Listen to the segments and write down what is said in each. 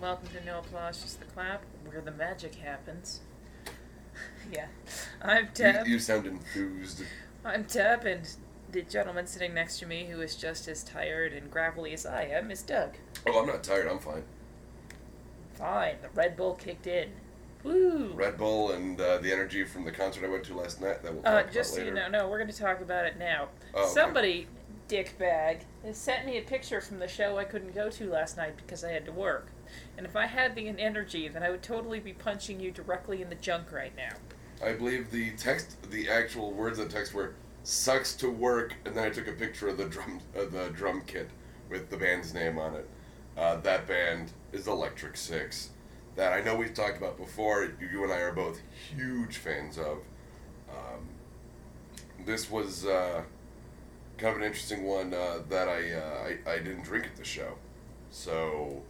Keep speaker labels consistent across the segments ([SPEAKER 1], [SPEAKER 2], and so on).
[SPEAKER 1] Welcome to No Applause, Just the Clap, where the magic happens. yeah. I'm Deb.
[SPEAKER 2] You, you sound enthused.
[SPEAKER 1] I'm Deb, and the gentleman sitting next to me, who is just as tired and gravelly as I am, is Doug.
[SPEAKER 2] Oh, I'm not tired. I'm fine.
[SPEAKER 1] Fine, the Red Bull kicked in. Woo!
[SPEAKER 2] Red Bull and uh, the energy from the concert I went to last night. That we'll talk
[SPEAKER 1] uh,
[SPEAKER 2] about
[SPEAKER 1] just so
[SPEAKER 2] later.
[SPEAKER 1] you know, no, we're going to talk about it now.
[SPEAKER 2] Oh, okay.
[SPEAKER 1] Somebody, dickbag, has sent me a picture from the show I couldn't go to last night because I had to work. And if I had the energy, then I would totally be punching you directly in the junk right now.
[SPEAKER 2] I believe the text, the actual words of the text were "sucks to work," and then I took a picture of the drum, of the drum kit with the band's name on it. Uh, that band is Electric Six. That I know we've talked about before. You and I are both huge fans of. Um, this was uh, kind of an interesting one uh, that I, uh, I I didn't drink at the show, so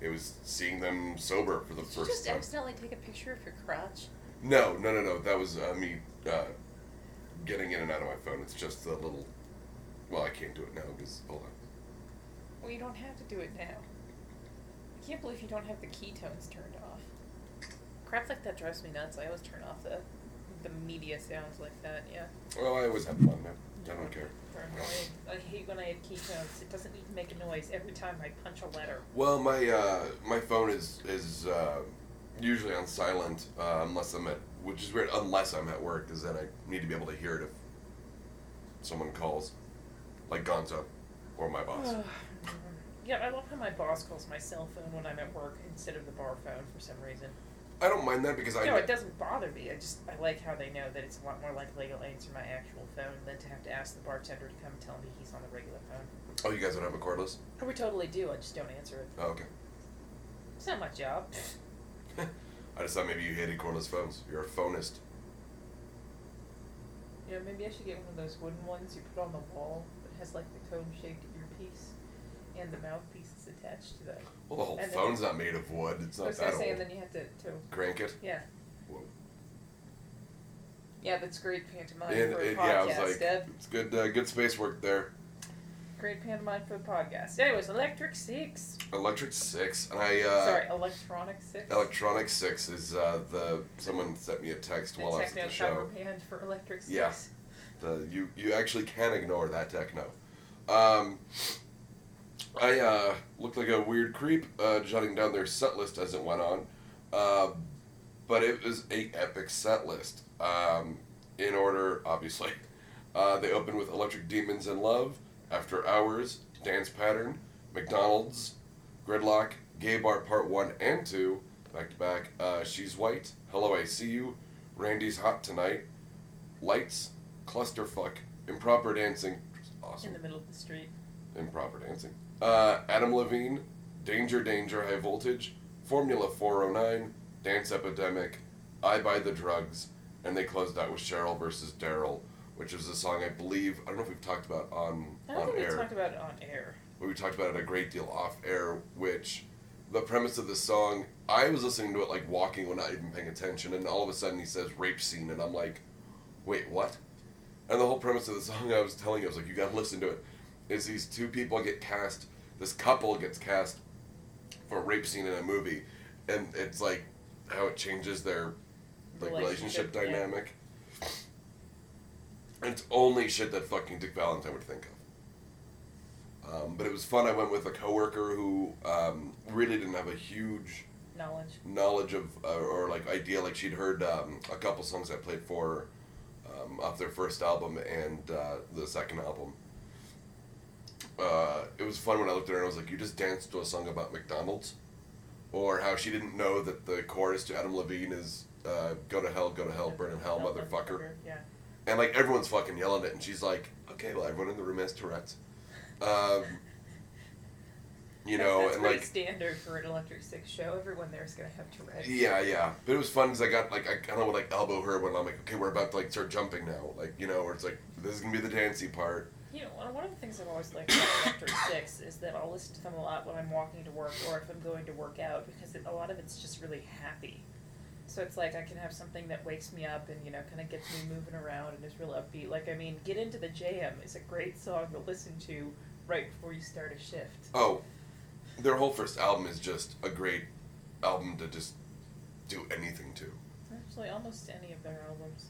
[SPEAKER 2] it was seeing them sober for the
[SPEAKER 3] Did you
[SPEAKER 2] first
[SPEAKER 3] just
[SPEAKER 2] time.
[SPEAKER 3] accidentally take a picture of your crotch?
[SPEAKER 2] No, no, no, no. That was uh, me uh, getting in and out of my phone. It's just the little. Well, I can't do it now because hold on.
[SPEAKER 3] Well, you don't have to do it now. I can't believe you don't have the ketones turned off.
[SPEAKER 1] Crap like that drives me nuts. I always turn off the the media sounds like that. Yeah.
[SPEAKER 2] Well, I always have fun, man. I don't care.
[SPEAKER 1] They're annoying. I hate when I have ketones. It doesn't even make a noise every time I punch a letter.
[SPEAKER 2] Well, my uh, my phone is is uh, usually on silent uh, unless I'm at, which is weird. Unless I'm at work, because then I need to be able to hear it if someone calls, like Gonzo, or my boss.
[SPEAKER 1] yeah, I love how my boss calls my cell phone when I'm at work instead of the bar phone for some reason.
[SPEAKER 2] I don't mind that because I.
[SPEAKER 1] no, it doesn't bother me. I just I like how they know that it's a lot more likely I'll answer my actual phone than to have to ask the bartender to come and tell me he's on the regular phone.
[SPEAKER 2] Oh, you guys don't have a cordless?
[SPEAKER 1] Oh, we totally do. I just don't answer it.
[SPEAKER 2] Oh, okay.
[SPEAKER 1] It's not my job.
[SPEAKER 2] I just thought maybe you hated cordless phones. You're a phonist.
[SPEAKER 1] You know, maybe I should get one of those wooden ones you put on the wall that has like the cone-shaped earpiece and the mouthpiece is attached to that.
[SPEAKER 2] Well, the whole
[SPEAKER 1] And then-
[SPEAKER 2] phone's not made of wood. It's
[SPEAKER 1] I
[SPEAKER 2] not
[SPEAKER 1] was gonna
[SPEAKER 2] that
[SPEAKER 1] say,
[SPEAKER 2] old.
[SPEAKER 1] and then you have to, to
[SPEAKER 2] Crank it.
[SPEAKER 1] yeah.
[SPEAKER 2] Whoa.
[SPEAKER 1] Yeah, that's great pantomime
[SPEAKER 2] And-
[SPEAKER 1] for a
[SPEAKER 2] and-
[SPEAKER 1] podcast,
[SPEAKER 2] yeah, I was like,
[SPEAKER 1] Deb.
[SPEAKER 2] it's good, uh, good space work there.
[SPEAKER 1] Great pantomime for the podcast. Anyways, Electric Six.
[SPEAKER 2] Electric Six, and I. Uh,
[SPEAKER 1] Sorry, Electronic Six.
[SPEAKER 2] Electronic Six is uh, the someone sent me a text
[SPEAKER 1] The
[SPEAKER 2] while I was at
[SPEAKER 1] techno
[SPEAKER 2] the
[SPEAKER 1] cover
[SPEAKER 2] show.
[SPEAKER 1] band for Electric Six.
[SPEAKER 2] Yeah. The, you you actually can ignore that techno. Um, I uh, looked like a weird creep uh, jotting down their set list as it went on, uh, but it was a epic set list. Um, in order, obviously, uh, they opened with Electric Demons in Love, After Hours, Dance Pattern, McDonald's, Gridlock, Gay Bar Part One and Two, back to back. Uh, She's White, Hello I See You, Randy's Hot Tonight, Lights, Clusterfuck, Improper Dancing, which is awesome
[SPEAKER 1] In the middle of the street.
[SPEAKER 2] improper dancing. Uh, Adam Levine, Danger Danger High Voltage, Formula 409, Dance Epidemic, I Buy the Drugs, and they closed out with Cheryl versus Daryl, which is a song I believe, I don't know if we've talked about on,
[SPEAKER 1] I don't
[SPEAKER 2] on
[SPEAKER 1] think we
[SPEAKER 2] air.
[SPEAKER 1] talked about it on air.
[SPEAKER 2] we talked about it a great deal off air, which the premise of the song, I was listening to it like walking when not even paying attention, and all of a sudden he says rape scene, and I'm like, wait, what? And the whole premise of the song I was telling you, I was like, you gotta listen to it, is these two people get cast, this couple gets cast for a rape scene in a movie, and it's like how it changes their like
[SPEAKER 1] Relationship,
[SPEAKER 2] relationship,
[SPEAKER 1] yeah.
[SPEAKER 2] dynamic. It's only shit that fucking Dick Valentine would think of. Um, but it was fun. I went with a coworker who um, really didn't have a huge
[SPEAKER 1] Knowledge.
[SPEAKER 2] knowledge of uh, or like idea like she'd heard um, a couple songs I played for her, um, off their first album and uh, the second album. Uh, it was fun when I looked at her and I was like, "You just danced to a song about McDonald's," or how she didn't know that the chorus to Adam Levine is uh, "Go to hell, go to hell, burn in hell, motherfucker."
[SPEAKER 1] Yeah.
[SPEAKER 2] And like everyone's fucking yelling it, and she's like, "Okay, well, everyone in the room has Tourette's," um, you
[SPEAKER 1] That's-
[SPEAKER 2] know,
[SPEAKER 1] that's
[SPEAKER 2] and
[SPEAKER 1] pretty
[SPEAKER 2] like
[SPEAKER 1] standard for an Electric Six show. Everyone there's gonna have Tourette's.
[SPEAKER 2] yeah, yeah. But it was fun because I got like I kind of would like elbow her when I'm like, okay, we're about to like start jumping now, like you know, where it's like this is gonna be the dancey part.
[SPEAKER 1] You know, one- one of the things I've always liked about Electric Six is that I'll listen to them a lot when I'm walking to work or if I'm going to work out because it, a lot of it's just really happy. So it's like I can have something that wakes me up and you know kind of gets me moving around and is real upbeat. Like I mean, "Get Into the Jam" is a great song to listen to right before you start a shift.
[SPEAKER 2] Oh, their whole first album is just a great album to just do anything to.
[SPEAKER 1] Actually, almost any of their albums.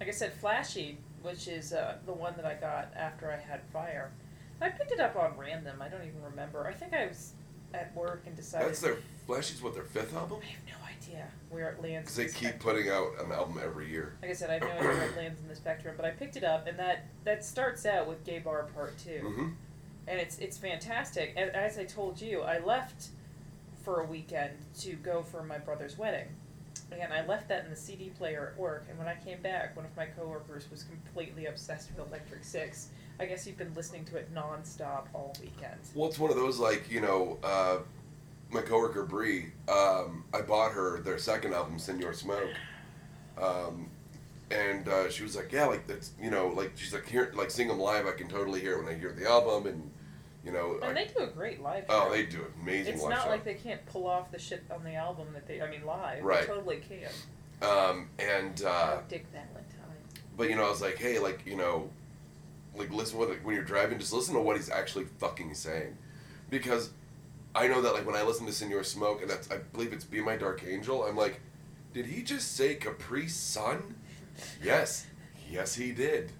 [SPEAKER 1] Like I said, Flashy, which is uh, the one that I got after I had Fire. I picked it up on random. I don't even remember. I think I was at work and decided.
[SPEAKER 2] That's their Flashy's what their fifth album.
[SPEAKER 1] I have no idea where it lands.
[SPEAKER 2] Because
[SPEAKER 1] in
[SPEAKER 2] they
[SPEAKER 1] the
[SPEAKER 2] keep
[SPEAKER 1] spectrum.
[SPEAKER 2] putting out an album every year.
[SPEAKER 1] Like I said, I have no idea where it lands in the spectrum, but I picked it up, and that that starts out with Gay Bar Part 2
[SPEAKER 2] Mm-hmm.
[SPEAKER 1] and it's it's fantastic. And as I told you, I left for a weekend to go for my brother's wedding, and I left that in the CD player at work. And when I came back, one of my coworkers was completely obsessed with Electric Six. I guess you've been listening to it nonstop all weekend.
[SPEAKER 2] Well, it's one of those like you know, uh, my coworker Bree. Um, I bought her their second album, Senor Smoke, um, and uh, she was like, "Yeah, like that's you know, like she's like here, like sing them live. I can totally hear it when I hear the album, and you know,
[SPEAKER 1] And
[SPEAKER 2] I,
[SPEAKER 1] they do a great live.
[SPEAKER 2] oh,
[SPEAKER 1] show.
[SPEAKER 2] they do amazing
[SPEAKER 1] It's
[SPEAKER 2] live
[SPEAKER 1] not
[SPEAKER 2] show.
[SPEAKER 1] like they can't pull off the shit on the album that they. I mean, live.
[SPEAKER 2] Right.
[SPEAKER 1] They totally can.
[SPEAKER 2] um, and uh,
[SPEAKER 1] Oh, Dick Valentine.
[SPEAKER 2] but you know, I was like, hey, like you know, like listen what like, when you're driving, just listen to what he's actually fucking saying, because I know that like when I listen to Senor Smoke and that's I believe it's Be My Dark Angel, I'm like, did he just say Capri Sun? yes, yes he did.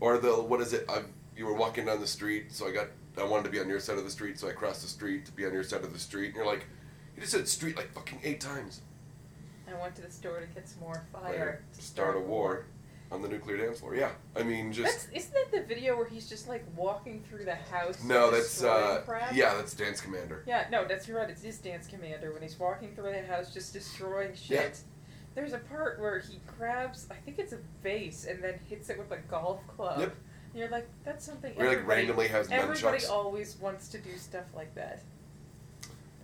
[SPEAKER 2] Or the what is it? I you were walking down the street, so I got I wanted to be on your side of the street, so I crossed the street to be on your side of the street, and you're like, you just said street like fucking eight times.
[SPEAKER 1] I went to the store to get some more fire.
[SPEAKER 2] Later,
[SPEAKER 1] to
[SPEAKER 2] start a war on the nuclear dance floor. Yeah, I mean just.
[SPEAKER 1] That's, isn't that the video where he's just like walking through the house?
[SPEAKER 2] No,
[SPEAKER 1] and
[SPEAKER 2] that's
[SPEAKER 1] destroying
[SPEAKER 2] uh,
[SPEAKER 1] crap?
[SPEAKER 2] yeah, that's Dance Commander.
[SPEAKER 1] Yeah, no, that's you're right. It's his dance commander when he's walking through the house, just destroying shit.
[SPEAKER 2] Yeah.
[SPEAKER 1] There's a part where he grabs, I think it's a vase, and then hits it with a golf club.
[SPEAKER 2] Yep.
[SPEAKER 1] And you're like, that's something.
[SPEAKER 2] Where he like
[SPEAKER 1] everybody-
[SPEAKER 2] randomly has
[SPEAKER 1] Everybody
[SPEAKER 2] nunchucks.
[SPEAKER 1] always wants to do stuff like that.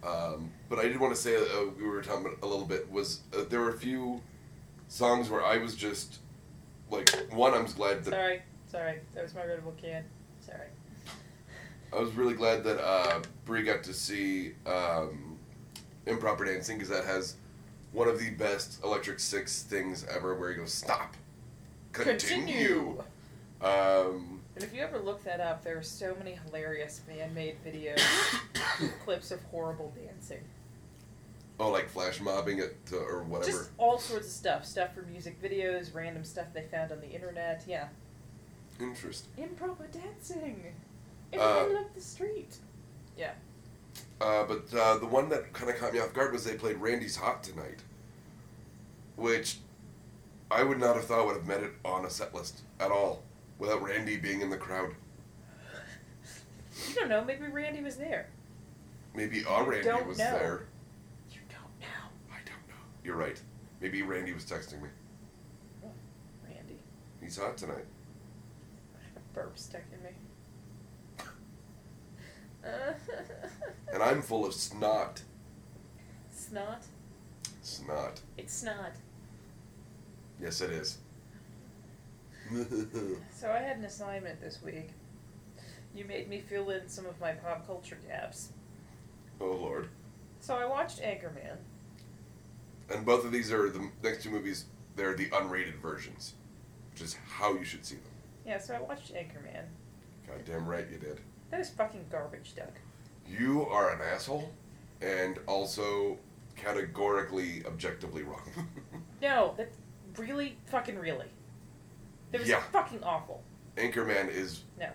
[SPEAKER 2] Um, but I did want to say uh, we were talking about a little bit was uh, there were a few songs where I was just like one I'm glad that
[SPEAKER 1] Sorry, sorry, that was my Red Bull can. Sorry.
[SPEAKER 2] I was really glad that uh, Brie got to see um, improper dancing because that has one of the best Electric Six things ever where he goes stop continue, Um,
[SPEAKER 1] And if you ever look that up, there are so many hilarious man-made videos, clips of horrible dancing.
[SPEAKER 2] oh like flash mobbing it to, or whatever
[SPEAKER 1] Just all sorts of stuff. Stuff from music videos, random stuff they found on the internet. Yeah.
[SPEAKER 2] interesting
[SPEAKER 1] Improper dancing. It
[SPEAKER 2] Uh,
[SPEAKER 1] ended up the street.
[SPEAKER 2] Uh, but uh, the one that kind of caught me off guard was they played Randy's Hot tonight, which I would not have thought would have met it on a set list at all without Randy being in the crowd.
[SPEAKER 1] You don't know. Maybe Randy was there.
[SPEAKER 2] Maybe our
[SPEAKER 1] You
[SPEAKER 2] Randy
[SPEAKER 1] don't
[SPEAKER 2] was
[SPEAKER 1] know.
[SPEAKER 2] there.
[SPEAKER 1] You don't know,
[SPEAKER 2] I don't know. You're right. Maybe Randy was texting me.
[SPEAKER 1] Randy.
[SPEAKER 2] He's hot tonight.
[SPEAKER 1] I have a burp stuck in me. Uh,
[SPEAKER 2] And I'm full of snot.
[SPEAKER 1] snot.
[SPEAKER 2] Snot.
[SPEAKER 1] It's snot.
[SPEAKER 2] Yes, it is. Oh,
[SPEAKER 1] So I had an assignment this week. You made me fill in some of my pop culture gaps.
[SPEAKER 2] oh, Lord.
[SPEAKER 1] So I watched Anchorman.
[SPEAKER 2] And both of these are the next two movies, they're the unrated versions, which is how you should see them.
[SPEAKER 1] Yeah, so I watched Anchorman.
[SPEAKER 2] Goddamn right you did.
[SPEAKER 1] That is fucking garbage, Doug.
[SPEAKER 2] You are an asshole, and also categorically, objectively wrong.
[SPEAKER 1] No, that's really fucking really. That was
[SPEAKER 2] Yeah.
[SPEAKER 1] fucking awful.
[SPEAKER 2] Anchorman is.
[SPEAKER 1] No.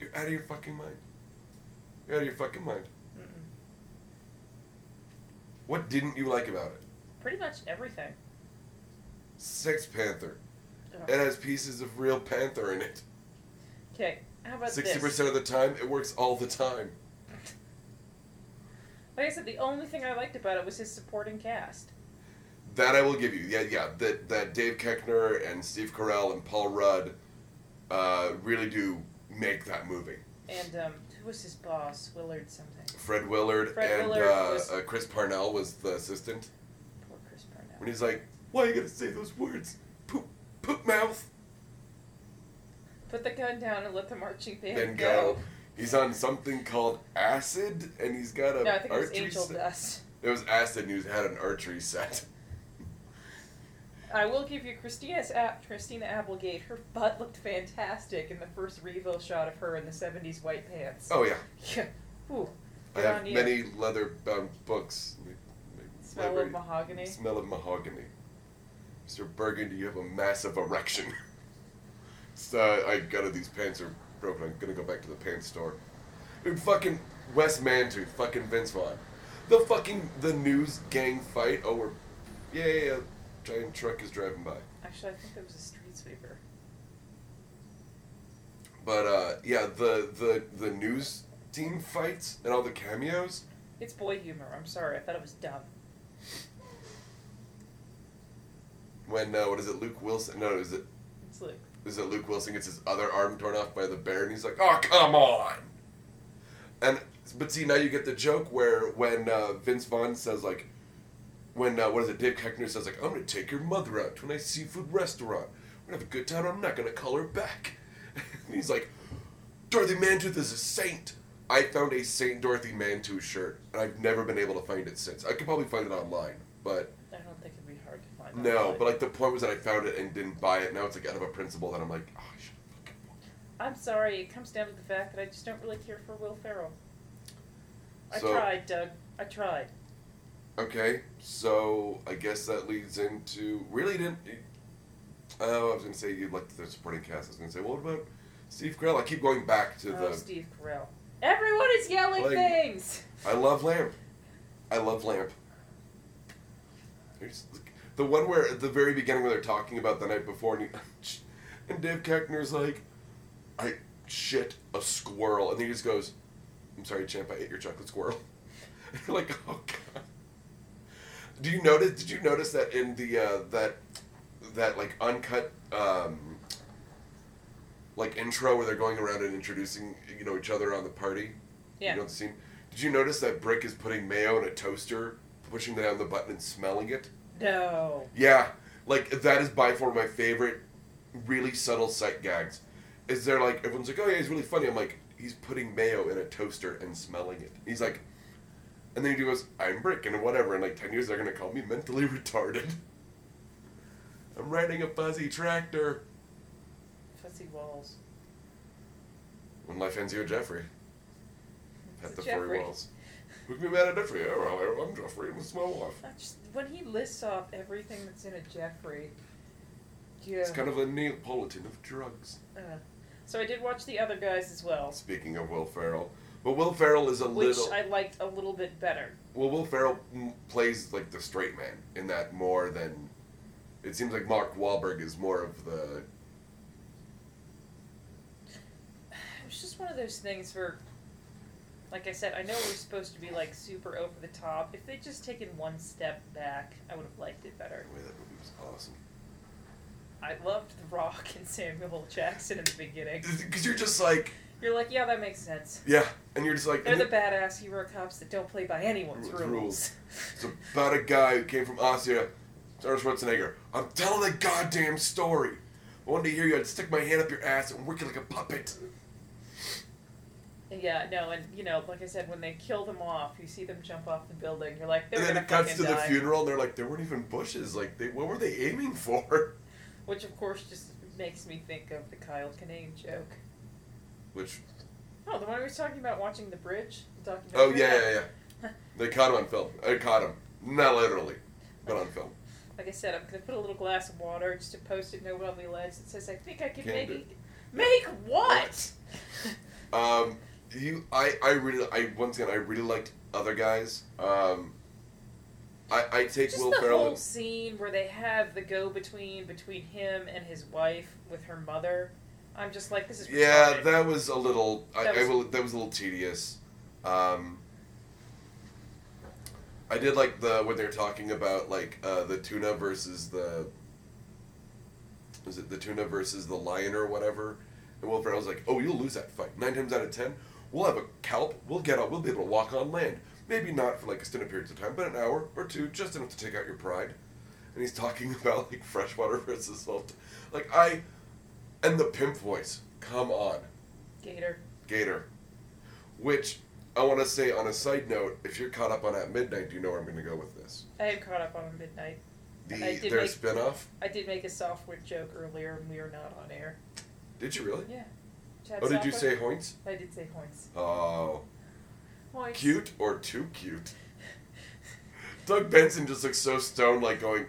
[SPEAKER 2] You're out of your fucking mind. You're out of your fucking mind.
[SPEAKER 1] Mm-mm.
[SPEAKER 2] What didn't you like about it?
[SPEAKER 1] Pretty much everything.
[SPEAKER 2] Sex Panther.
[SPEAKER 1] Ugh.
[SPEAKER 2] It has pieces of real panther in it.
[SPEAKER 1] Okay, how about
[SPEAKER 2] Sixty
[SPEAKER 1] this?
[SPEAKER 2] percent of the time, it works all the time.
[SPEAKER 1] Like I said, the only thing I liked about it was his supporting cast.
[SPEAKER 2] That I will give you. Yeah, yeah. That that Dave Keckner and Steve Carell and Paul Rudd uh, really do make that movie.
[SPEAKER 1] And um, who was his boss? Willard something.
[SPEAKER 2] Fred Willard
[SPEAKER 1] Fred
[SPEAKER 2] and
[SPEAKER 1] Willard
[SPEAKER 2] uh,
[SPEAKER 1] was-
[SPEAKER 2] uh, Chris Parnell was the assistant.
[SPEAKER 1] Poor Chris Parnell.
[SPEAKER 2] When he's like, "Why you gotta say those words? Poop, poop mouth."
[SPEAKER 1] Put the gun down and let the marching band
[SPEAKER 2] Then go. He's on something called acid, and he's got a
[SPEAKER 1] No, I think it was
[SPEAKER 2] archery.
[SPEAKER 1] Angel
[SPEAKER 2] set.
[SPEAKER 1] Dust.
[SPEAKER 2] It was acid, and he had an archery set.
[SPEAKER 1] I will give you Christina's app, Christina Applegate. Her butt looked fantastic in the first reveal shot of her in the '70s white pants.
[SPEAKER 2] Oh yeah,
[SPEAKER 1] Yeah. Ooh.
[SPEAKER 2] I
[SPEAKER 1] Good
[SPEAKER 2] have
[SPEAKER 1] on you.
[SPEAKER 2] many leather bound books.
[SPEAKER 1] Smell
[SPEAKER 2] Library-
[SPEAKER 1] of mahogany.
[SPEAKER 2] Smell of mahogany. Mr. Burgundy, you have a massive erection. It's, uh, I got it. These pants are broken. I'm gonna go back to the pants store. Dude, fucking Wes Mantu, fucking Vince Vaughn. The fucking the news gang fight. Oh, we're yeah, yeah, yeah. Giant truck is driving by.
[SPEAKER 1] Actually, I think that was a street sweeper.
[SPEAKER 2] But uh, yeah, the the the news team fights and all the cameos.
[SPEAKER 1] It's boy humor. I'm sorry. I thought it was dumb.
[SPEAKER 2] When uh, what is it? Luke Wilson? No, is it
[SPEAKER 1] It's like
[SPEAKER 2] is that Luke Wilson gets his other arm torn off by the bear, and he's like, "Oh, come on!" And but see, now you get the joke where when uh, Vince Vaughn says like, when uh, what is it? Dave Keckner says like, "I'm gonna take your mother out to a nice seafood restaurant. We're gonna have a good time. I'm not gonna call her back." and he's like, "Dorothy Mantooth is a saint." I found a Saint Dorothy Mantooth shirt, and I've never been able to find it since. I could probably find it online, but
[SPEAKER 1] I don't think it'd be hard to find. out,
[SPEAKER 2] no, but like the point was that I found it and didn't buy it. Now it's like out of a principle that I'm like, oh, I should fucking bought
[SPEAKER 1] I'm sorry. It comes down to the fact that I just don't really care for Will Ferrell. I
[SPEAKER 2] So-
[SPEAKER 1] tried, Doug. I tried.
[SPEAKER 2] it." Okay, so I guess that leads into really didn't. Oh, I was gonna say you liked the supporting cast. I was gonna say, well, what about Steve Carell? I keep going back to
[SPEAKER 1] oh,
[SPEAKER 2] the.
[SPEAKER 1] Steve Carell. Everyone is yelling
[SPEAKER 2] Like-
[SPEAKER 1] things.
[SPEAKER 2] I love Lamp. I love Lamp. There's the one where at the very beginning where they're talking about the night before, and, he, and Dave Keckner's like, "I shit a squirrel," and then he just goes, "I'm sorry, champ, I ate your chocolate squirrel." And you're like, "Oh god." Do you notice? Did you notice that in the uh, that that like uncut um, like intro where they're going around and introducing you know each other on the party?
[SPEAKER 1] Yeah.
[SPEAKER 2] You know the scene. Did you notice that Brick is putting mayo in a toaster, pushing down the button and smelling it?
[SPEAKER 1] No.
[SPEAKER 2] Yeah, like that is by far my favorite, really subtle sight gags. Is they're like everyone's like, oh yeah, he's really funny. I'm like, he's putting mayo in a toaster and smelling it. He's like, and then he goes, I'm Brick and whatever. In like ten years, they're gonna call me mentally retarded. I'm riding a fuzzy tractor.
[SPEAKER 1] Fuzzy walls.
[SPEAKER 2] When life ends, you a Jeffrey. At
[SPEAKER 1] It's
[SPEAKER 2] the
[SPEAKER 1] Jeffrey.
[SPEAKER 2] furry walls. We can be mad at Jeffrey. Oh, well, I'm Jeffrey. I'm my wife.
[SPEAKER 1] I just, when he lists off everything that's in a Jeffrey, yeah.
[SPEAKER 2] It's kind of a Neapolitan of drugs.
[SPEAKER 1] uh, so I did watch the other guys as well,
[SPEAKER 2] Speaking of Will Ferrell, but Will Ferrell is a
[SPEAKER 1] which
[SPEAKER 2] little.
[SPEAKER 1] I liked a little bit better.
[SPEAKER 2] Well, Will Ferrell mm, plays like the straight man in that more than. It seems like Mark Wahlberg is more of the.
[SPEAKER 1] It was just one of those things where, like I said, I know we're supposed to be like super over the top. If they'd just taken one step back, I would have liked it better.
[SPEAKER 2] Boy, that movie was awesome.
[SPEAKER 1] I loved The Rock and Samuel L. Jackson in the beginning.
[SPEAKER 2] Because you're just like,
[SPEAKER 1] You're like, yeah, that makes sense.
[SPEAKER 2] yeah, and you're just like.
[SPEAKER 1] They're
[SPEAKER 2] and
[SPEAKER 1] the badass hero cops that don't play by anyone's
[SPEAKER 2] Rules.
[SPEAKER 1] rules.
[SPEAKER 2] It's about a guy who came from Austria, Arnold Schwarzenegger. I'm telling the goddamn story. If I wanted to hear you. I'd stick my hand up your ass and work it like a puppet.
[SPEAKER 1] Yeah, no, and you know, like I said, when they kill them off, you see them jump off the building. You're like, they're
[SPEAKER 2] and then
[SPEAKER 1] gonna
[SPEAKER 2] it cuts to
[SPEAKER 1] fucking
[SPEAKER 2] the
[SPEAKER 1] die.
[SPEAKER 2] funeral, and they're like, there weren't even bushes. Like, they what were they aiming for?
[SPEAKER 1] Which, of course, just makes me think of the Kyle Kinane joke.
[SPEAKER 2] Which,
[SPEAKER 1] Oh, the one we were talking about watching the bridge the documentary.
[SPEAKER 2] oh yeah, yeah, yeah. they caught him on film. I caught him, not literally, but on film.
[SPEAKER 1] Like I said, I'm gonna put a little glass of water just to post it note on the ledge that says, "I think I can
[SPEAKER 2] Can
[SPEAKER 1] make
[SPEAKER 2] do.
[SPEAKER 1] it." Make what?
[SPEAKER 2] Um, you, I, I really, I once again, I really liked other guys. Um, I, I take
[SPEAKER 1] Just
[SPEAKER 2] Will
[SPEAKER 1] the
[SPEAKER 2] Ferrell.
[SPEAKER 1] whole scene where they have the go-between between him and his wife with her mother. I'm just like, this is
[SPEAKER 2] yeah,
[SPEAKER 1] retarded.
[SPEAKER 2] that was a little.
[SPEAKER 1] That
[SPEAKER 2] I, I
[SPEAKER 1] was-
[SPEAKER 2] will, that was a little tedious. Um, I did like the when they're talking about like uh, the tuna versus the. Is it the tuna versus the lion or whatever? And Will Ferrell's like, "Oh, you'll lose that fight nine times out of ten. We'll have a calp. We'll get out. We'll be able to walk on land. Maybe not for like extended periods of time, but an hour or two, just enough to take out your pride." And he's talking about like freshwater versus salt. Like I, and the pimp voice. Come on.
[SPEAKER 1] Gator.
[SPEAKER 2] Gator. Which I want to say on a side note, if you're caught up on At Midnight, you know where I'm going to go with this.
[SPEAKER 1] I am caught up on a midnight.
[SPEAKER 2] The
[SPEAKER 1] I did
[SPEAKER 2] their
[SPEAKER 1] make-
[SPEAKER 2] spin-off.
[SPEAKER 1] I did make a software joke earlier, and we are not on air.
[SPEAKER 2] Did you really?
[SPEAKER 1] Yeah. Chad
[SPEAKER 2] oh, did you
[SPEAKER 1] Soffer?
[SPEAKER 2] say Hoyts?
[SPEAKER 1] I did say points.
[SPEAKER 2] Oh,
[SPEAKER 3] Well,
[SPEAKER 2] Cute or too cute? Doug Benson just looks so stoned, like going.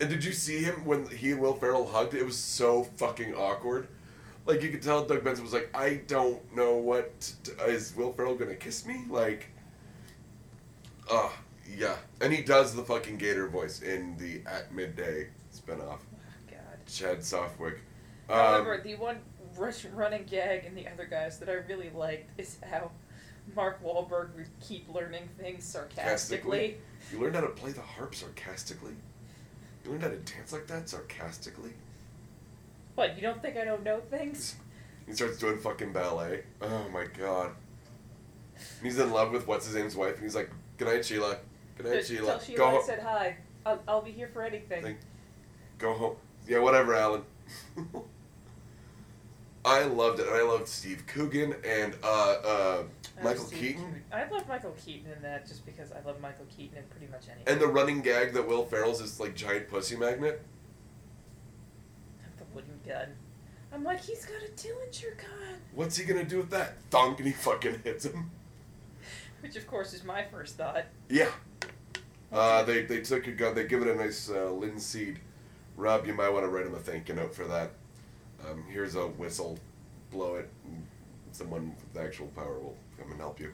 [SPEAKER 2] And did you see him when he and Will Ferrell hugged? It was so fucking awkward. Like you could tell Doug Benson was like, I don't know what t- t- is Will Ferrell gonna kiss me? Like, oh yeah. And he does the fucking Gator voice in the At Midday spinoff.
[SPEAKER 1] Oh, God.
[SPEAKER 2] Chad Softwick. Um,
[SPEAKER 1] However, the one rush, running gag in the other guys that I really liked is how Mark Wahlberg would keep learning things sarcastically.
[SPEAKER 2] You learned how to play the harp sarcastically. You learned how to dance like that sarcastically.
[SPEAKER 1] What, you don't think I don't know things?
[SPEAKER 2] He starts doing fucking ballet. Oh my god. And he's in love with what's his name's wife, and he's like, "Good night, Sheila. Good night,
[SPEAKER 1] Just
[SPEAKER 2] Sheila.
[SPEAKER 1] Tell Sheila
[SPEAKER 2] Go
[SPEAKER 1] I
[SPEAKER 2] home.
[SPEAKER 1] said hi. I'll, I'll be here for anything.
[SPEAKER 2] Thank- Go home. Yeah, whatever, Alan." I loved it. and I loved Steve Coogan and uh, uh,
[SPEAKER 1] I
[SPEAKER 2] Michael
[SPEAKER 1] see
[SPEAKER 2] Keaton?
[SPEAKER 1] Keaton. I love Michael Keaton in that just because I love Michael Keaton in pretty much anything.
[SPEAKER 2] and the running gag that Will Ferrell's is like giant pussy magnet.
[SPEAKER 1] the wooden gun. I'm like, he's got a Dillinger gun,
[SPEAKER 2] What's he gonna do with that? Thunk, and he fucking hits him.
[SPEAKER 1] which of course is my first thought.
[SPEAKER 2] Yeah. Uh, they, they took a gun. They give it a nice uh, linseed rub. You might want to write him a thank you note for that. Um, here's a whistle. Blow it. And someone with the actual power will come and help you.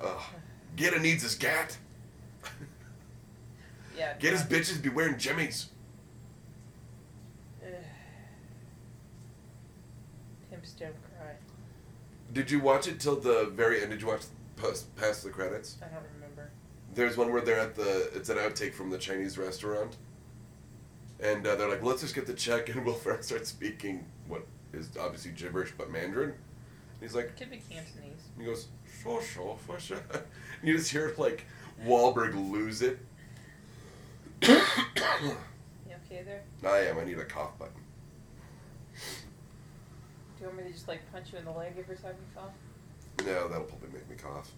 [SPEAKER 2] Uh, Gitta needs his gat.
[SPEAKER 1] Yeah.
[SPEAKER 2] Get his
[SPEAKER 1] John-
[SPEAKER 2] bitches be wearing jimmies.
[SPEAKER 1] Ugh. Pimps don't cry.
[SPEAKER 2] Did you watch it till the very end? Did you watch past, past the credits?
[SPEAKER 1] I don't remember.
[SPEAKER 2] There's one where they're at the. It's an outtake from the Chinese restaurant, and uh, they're like, "Let's just get the check." And Will Ferrell starts speaking what is obviously gibberish but Mandarin. And he's like,
[SPEAKER 1] Could be Cantonese.
[SPEAKER 2] he goes, "Sure, sure, for sure." And you just hear like Wahlberg lose it. I
[SPEAKER 1] You okay there?
[SPEAKER 2] am. I need a cough button.
[SPEAKER 1] Do you want me to just like punch you in the leg every time you cough?
[SPEAKER 2] No, that'll probably make me cough.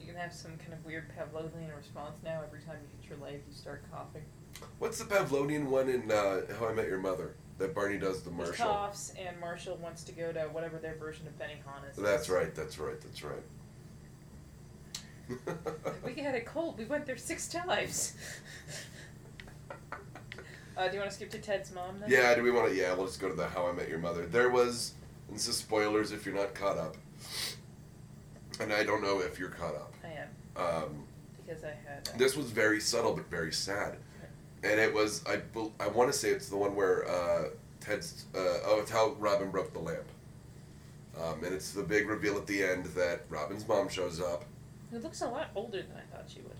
[SPEAKER 1] You can have some kind of weird Pavlovian response now. Every time you hit your leg, you start coughing.
[SPEAKER 2] What's the Pavlonian one in uh, How I Met Your Mother that Barney does the
[SPEAKER 1] He
[SPEAKER 2] Marshall?
[SPEAKER 1] coughs, and Marshall wants to go to whatever their version of Benihana is.
[SPEAKER 2] That's right. That's right. That's right.
[SPEAKER 1] We had a cold. We went there six times. uh, do you want to skip to Ted's mom then?
[SPEAKER 2] Yeah, do we want to? Yeah, we'll just go to the How I Met Your Mother. There was, and this is spoilers if you're not caught up, and I don't know if you're caught up.
[SPEAKER 1] I am
[SPEAKER 2] Um,
[SPEAKER 1] because I had. Uh,
[SPEAKER 2] this was very subtle but very sad, and it was I bel- I want to say it's the one where uh, Ted's uh, oh it's how Robin broke the lamp, um, and it's the big reveal at the end that Robin's mom shows up.
[SPEAKER 1] who looks a lot older than I thought she would.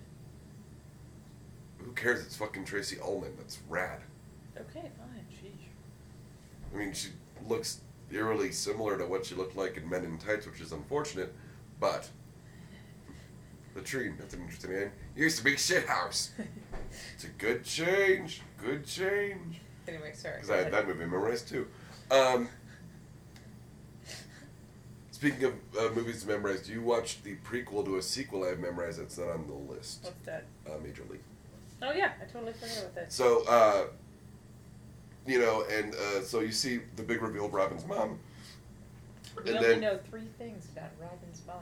[SPEAKER 2] Who cares? It's fucking Tracy Ullman. That's rad.
[SPEAKER 1] Okay, fine. Sheesh.
[SPEAKER 2] I mean, she looks eerily similar to what she looked like in Men in Tights, which is unfortunate, but. Latrine, that's an interesting name. Used to be Shithouse. It's a good change. Good change.
[SPEAKER 1] anyway, sorry.
[SPEAKER 2] Because I had that movie memorized too. Um, speaking of uh, movies memorized, you watched the prequel to a sequel I have memorized that's not on the list,
[SPEAKER 1] What's that?
[SPEAKER 2] uh, Major League.
[SPEAKER 1] Oh yeah, I totally forgot about that.
[SPEAKER 2] So, uh, you know, and uh, so you see the big reveal of Robin's mom.
[SPEAKER 1] We
[SPEAKER 2] and
[SPEAKER 1] only
[SPEAKER 2] then
[SPEAKER 1] know three things about Robin's mom.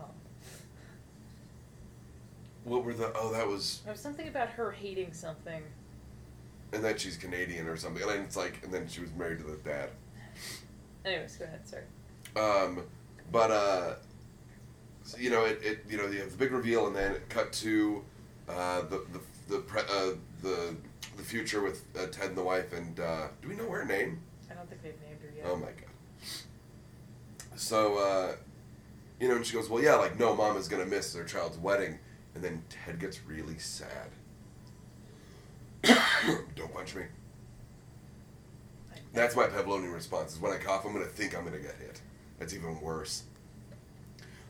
[SPEAKER 2] what were the? Oh, that was,
[SPEAKER 1] There was something about her hating something.
[SPEAKER 2] and then she's Canadian or something. And then it's like, and then she was married to the dad.
[SPEAKER 1] Anyways, go ahead. Sorry.
[SPEAKER 2] Um, but uh, so, you know, it, it you know you have the big reveal, and then it cut to uh, the the the pre- uh, the the future with uh, Ted and the wife. And uh, do we know her name?
[SPEAKER 1] I don't think they've named her yet.
[SPEAKER 2] Oh my god. So, uh, you know, and she goes, "Well, yeah, like no, mom is gonna miss their child's wedding," and then Ted gets really sad. Don't punch me.
[SPEAKER 1] I-
[SPEAKER 2] That's my Pavlovian response. Is when I cough, I'm gonna think I'm gonna get hit. That's even worse.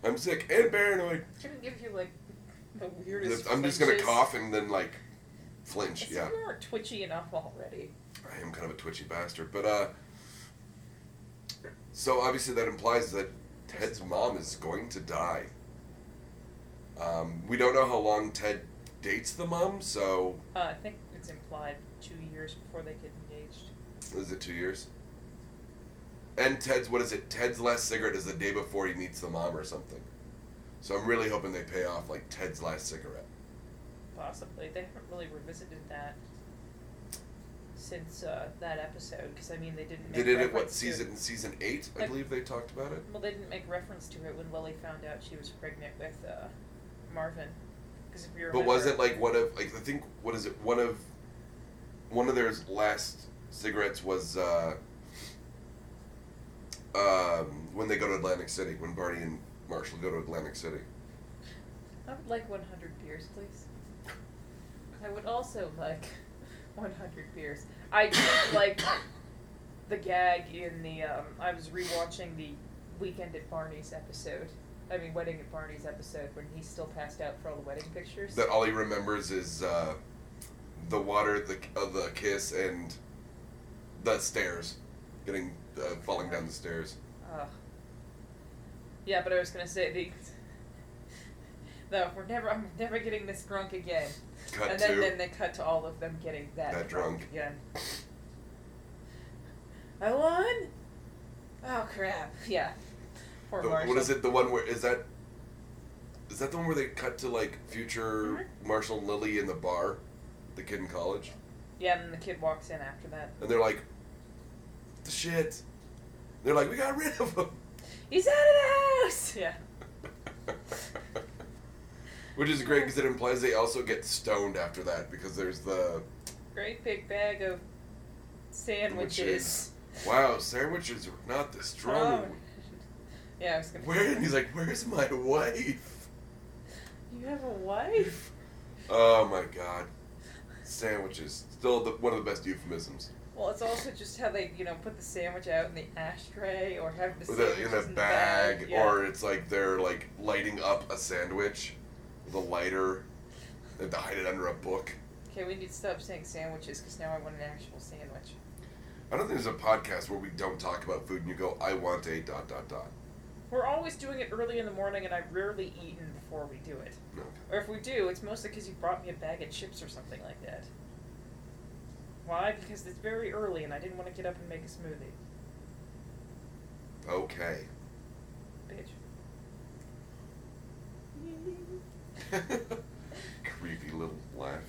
[SPEAKER 2] I'm sick and paranoid.
[SPEAKER 1] Shouldn't give you like the weirdest.
[SPEAKER 2] I'm just gonna
[SPEAKER 1] flinches.
[SPEAKER 2] cough and then like
[SPEAKER 1] I
[SPEAKER 2] flinch.
[SPEAKER 1] said
[SPEAKER 2] Yeah,
[SPEAKER 1] You weren't twitchy enough already.
[SPEAKER 2] I am kind of a twitchy bastard, but uh. So obviously that implies that Ted's mom is going to die. Um, we don't know how long Ted dates the mom, so
[SPEAKER 1] Uh, I think it's implied two years before they get engaged.
[SPEAKER 2] is it two years? And Ted's what is it? Ted's last cigarette is the day before he meets the mom or something. So I'm really hoping they pay off like Ted's last cigarette.
[SPEAKER 1] possibly. They haven't really revisited that since uh, that episode because I mean they didn't. Make
[SPEAKER 2] They did it what
[SPEAKER 1] reference to
[SPEAKER 2] season season eight, I
[SPEAKER 1] Like-
[SPEAKER 2] believe they talked about it.
[SPEAKER 1] Well, they didn't make reference to it when Lily found out she was pregnant with uh, Marvin. 'Cause if you remember,
[SPEAKER 2] But was it like one of like I think what is it one of one of their last cigarettes was uh, um, when they go to Atlantic City when Barney and Marshall go to Atlantic City.
[SPEAKER 1] I would like 100 beers, please. I would also like 100 beers. I did like the gag in the. Um, I was rewatching the Weekend at Barney's episode. I mean, Wedding at Barney's episode when he's still passed out for all the wedding pictures.
[SPEAKER 2] That all he remembers is uh, the water, the uh, the kiss, and the stairs, getting uh, falling down the stairs.
[SPEAKER 1] Ugh. Yeah, but I was gonna say the. No, we're never. I'm never getting this drunk again.
[SPEAKER 2] Cut
[SPEAKER 1] and then,
[SPEAKER 2] to-
[SPEAKER 1] then they cut to all of them getting that,
[SPEAKER 2] That drunk.
[SPEAKER 1] again. I won. Oh crap! Yeah. Poor
[SPEAKER 2] The-
[SPEAKER 1] Marshall.
[SPEAKER 2] what is it? The one where is that? Is that the one where they cut to like future Marshall and Lily in the bar, the kid in college,
[SPEAKER 1] Yeah, and then the kid walks in after that.
[SPEAKER 2] and they're like, "The shit," they're like, "We got rid of him,"
[SPEAKER 1] He's out of the house. Yeah.
[SPEAKER 2] which is great because it implies they also get stoned after that because there's the
[SPEAKER 1] Great big bag of sandwiches.
[SPEAKER 2] wow sandwiches are not this strong.
[SPEAKER 1] Oh. yeah, I was gonna.
[SPEAKER 2] Where and he's like, "Where's my wife?"
[SPEAKER 1] You have a wife.
[SPEAKER 2] Oh my god, sandwiches still the, one of the best euphemisms.
[SPEAKER 1] Well, it's also just how they, you know, put the sandwich out in the ashtray or have the
[SPEAKER 2] with a,
[SPEAKER 1] sandwich
[SPEAKER 2] in a
[SPEAKER 1] the
[SPEAKER 2] bag,
[SPEAKER 1] yeah.
[SPEAKER 2] or it's like they're like lighting up a sandwich with a lighter. They have to hide it under a book.
[SPEAKER 1] Okay, we need to stop saying sandwiches because now I want an actual sandwich.
[SPEAKER 2] I don't think there's a podcast where we don't talk about food and you go, I want a dot dot dot.
[SPEAKER 1] We're always doing it early in the morning, and I've rarely eaten before we do it.
[SPEAKER 2] No.
[SPEAKER 1] Or if we do, it's mostly because you brought me a bag of chips or something like that. Why? Because it's very early, and I didn't want to get up and make a smoothie.
[SPEAKER 2] Okay.
[SPEAKER 1] Bitch.
[SPEAKER 2] Creepy little laugh.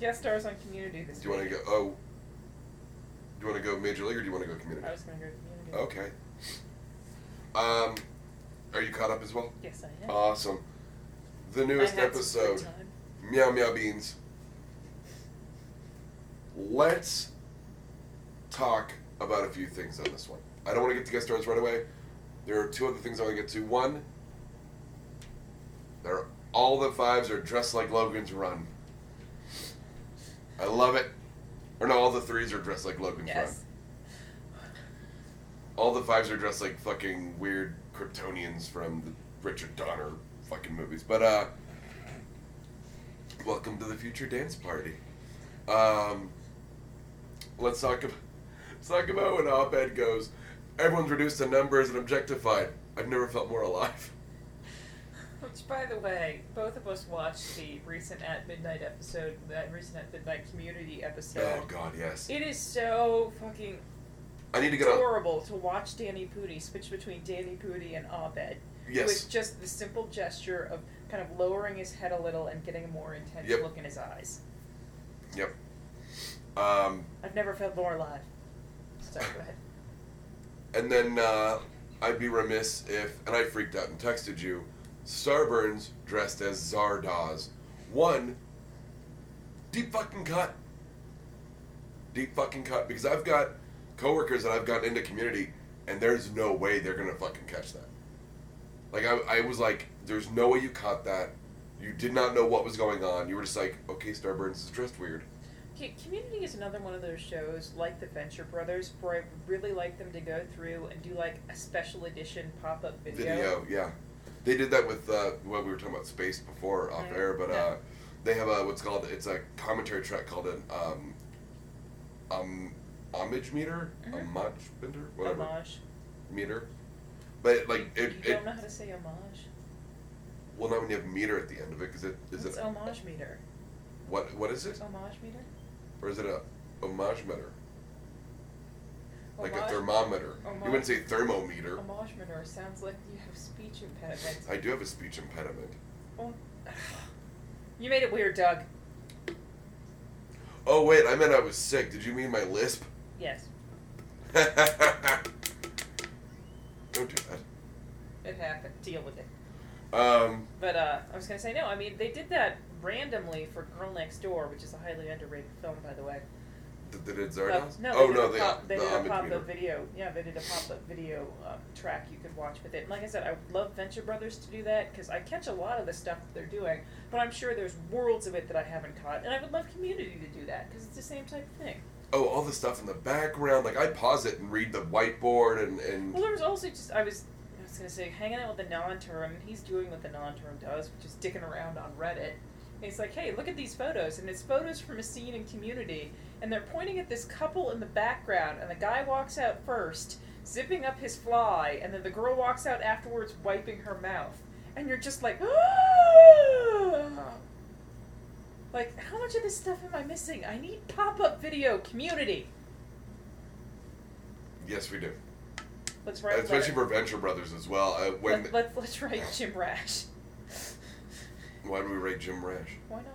[SPEAKER 1] Guest stars on Community this
[SPEAKER 2] Do you want to
[SPEAKER 1] week.
[SPEAKER 2] go? Oh. Do you want to go major league or do you want to go Oh. community?
[SPEAKER 1] I was going to go to Community.
[SPEAKER 2] Okay. Um, are you caught up as well?
[SPEAKER 1] Yes, I am.
[SPEAKER 2] Awesome. The Uh, newest
[SPEAKER 1] I had some free
[SPEAKER 2] episode.
[SPEAKER 1] time.
[SPEAKER 2] Meow Meow Beans. Let's talk about a few things on this one. I don't want to get to guest stars right away. There are two other things I want to get to. One, they're all the fives are dressed like Logan's Run. I love it. Or no, all the threes are dressed like Logan's Run.
[SPEAKER 1] Yes.
[SPEAKER 2] All the fives are dressed like fucking weird Kryptonians from the Richard Donner fucking movies. But uh Welcome to the future dance party. Um let's talk about let's talk about when op ed goes. Everyone's reduced to numbers and objectified. I've never felt more alive.
[SPEAKER 1] Which, by the way, both of us watched the recent At Midnight episode, that recent At Midnight community episode.
[SPEAKER 2] Oh god, yes.
[SPEAKER 1] It is so fucking
[SPEAKER 2] I need to get on
[SPEAKER 1] adorable to watch Danny Pudi switch between Danny Pudi and Abed
[SPEAKER 2] Yes.
[SPEAKER 1] with just the simple gesture of kind of lowering his head a little and getting a more intense
[SPEAKER 2] Yep.
[SPEAKER 1] look in his eyes.
[SPEAKER 2] Yep. Um
[SPEAKER 1] I've never felt more alive. Sorry, go ahead.
[SPEAKER 2] And then uh, I'd be remiss if, and I freaked out and texted you, Starburns dressed as Zardoz. One, deep fucking cut. Deep fucking cut. Because I've got coworkers that I've gotten into community, and there's no way they're going to fucking catch that. Like, I, I was like, there's no way you caught that. You did not know what was going on. You were just like, okay, Starburns is dressed weird.
[SPEAKER 1] Okay, Community is another one of those shows, like The Venture Brothers, where I would really like them to go through and do like a special edition pop up
[SPEAKER 2] video. Yeah, they did that with uh, well, we were talking about space before off
[SPEAKER 1] Mhm.
[SPEAKER 2] air, but
[SPEAKER 1] Yeah.
[SPEAKER 2] uh, they have a what's called it's a commentary track called an um, um homage meter,
[SPEAKER 1] Mhm.
[SPEAKER 2] homage meter, whatever
[SPEAKER 1] homage.
[SPEAKER 2] meter. But like it,
[SPEAKER 1] you
[SPEAKER 2] it
[SPEAKER 1] don't know how to say homage.
[SPEAKER 2] well not when you have meter at the end of it because it is
[SPEAKER 1] it's
[SPEAKER 2] it
[SPEAKER 1] homage meter.
[SPEAKER 2] what what is it
[SPEAKER 1] Homage meter.
[SPEAKER 2] or is it a homage meter? like a
[SPEAKER 1] Homage-
[SPEAKER 2] thermometer.
[SPEAKER 1] homage-
[SPEAKER 2] You wouldn't say thermometer.
[SPEAKER 1] Homage manure sounds like you have speech impediments.
[SPEAKER 2] I do have a speech impediment.
[SPEAKER 1] Oh. You made it weird, Doug.
[SPEAKER 2] Oh wait, I meant I was sick. Did you mean my lisp?
[SPEAKER 1] Yes,
[SPEAKER 2] Don't do that.
[SPEAKER 1] it happened. Deal with it.
[SPEAKER 2] Um,
[SPEAKER 1] But uh, I was gonna say no. I mean, they did that randomly for Girl Next Door, which is a highly underrated film, by the way.
[SPEAKER 2] th- they did
[SPEAKER 1] Uh,
[SPEAKER 2] Zardoz?
[SPEAKER 1] no,
[SPEAKER 2] oh
[SPEAKER 1] they did
[SPEAKER 2] no,
[SPEAKER 1] a
[SPEAKER 2] they,
[SPEAKER 1] pop, they
[SPEAKER 2] the
[SPEAKER 1] did a
[SPEAKER 2] Ahmed
[SPEAKER 1] pop-up
[SPEAKER 2] Peter.
[SPEAKER 1] video. Yeah, they did a pop-up video um, track you could watch with it. And like I said, I would love Venture Brothers to do that because I catch a lot of the stuff that they're doing, but I'm sure there's worlds of it that I haven't caught, and I would love Community to do that because it's the same type of thing.
[SPEAKER 2] Oh, all the stuff in the background. Like I pause it and read the whiteboard and and
[SPEAKER 1] Well, there was also just I was I was gonna say hanging out with the non-term. and He's doing what the non-term does, which is dicking around on Reddit. And he's like, "Hey, look at these photos," and it's photos from a scene in Community, and they're pointing at this couple in the background, and the guy walks out first, zipping up his fly, and then the girl walks out afterwards, wiping her mouth, and you're just like, like how much of this stuff am I missing? I need pop-up video Community.
[SPEAKER 2] yes, we do.
[SPEAKER 1] Let's write. a
[SPEAKER 2] Especially
[SPEAKER 1] letter.
[SPEAKER 2] for Venture Brothers as well. Uh, when
[SPEAKER 1] Let, let's let's write Jim Rash.
[SPEAKER 2] why do we rate Jim Rash?
[SPEAKER 1] Why not?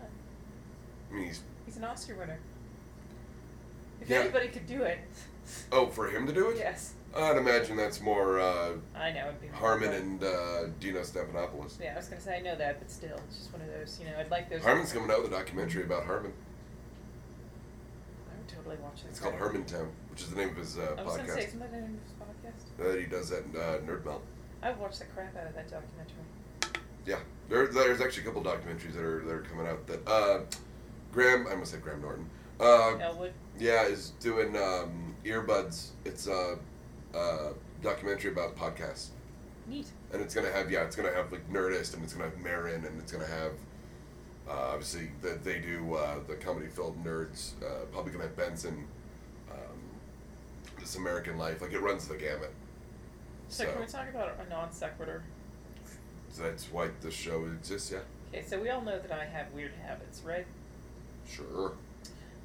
[SPEAKER 2] I mean, he's
[SPEAKER 1] He's an Oscar winner. If
[SPEAKER 2] Yeah.
[SPEAKER 1] anybody could do it,
[SPEAKER 2] oh for him to do it.
[SPEAKER 1] yes,
[SPEAKER 2] I'd imagine that's more uh,
[SPEAKER 1] I know it'd be
[SPEAKER 2] Harmon and uh, Dino Stephanopoulos.
[SPEAKER 1] Yeah, I was gonna say I know that, but still, it's just one of those. You know, I'd like those.
[SPEAKER 2] Harmon's coming out with a documentary about Harmon.
[SPEAKER 1] I would totally watch that.
[SPEAKER 2] It's called Hermantown, which is the name of his uh,
[SPEAKER 1] I was gonna say,
[SPEAKER 2] podcast
[SPEAKER 1] isn't that the name of his podcast?
[SPEAKER 2] that he does at uh, Nerd Melt.
[SPEAKER 1] I would watch the crap out of that documentary.
[SPEAKER 2] Yeah, there, there's actually a couple documentaries that are that are coming out that uh, Graham, I almost said Graham Norton. Uh,
[SPEAKER 1] Elwood.
[SPEAKER 2] yeah, is doing um, earbuds. It's a, uh documentary about podcasts,
[SPEAKER 1] Neat.
[SPEAKER 2] and it's gonna have yeah, it's gonna have like Nerdist, and it's gonna have Marin, and it's gonna have. Uh, obviously, that they do uh, the comedy filled nerds. Uh, probably gonna have Benson, um, This American Life. Like it runs the gamut.
[SPEAKER 1] So,
[SPEAKER 2] So-
[SPEAKER 1] can we talk about a non sequitur?
[SPEAKER 2] So that's why the show exists. Yeah,
[SPEAKER 1] Okay, so we all know that I have weird habits, right?
[SPEAKER 2] sure.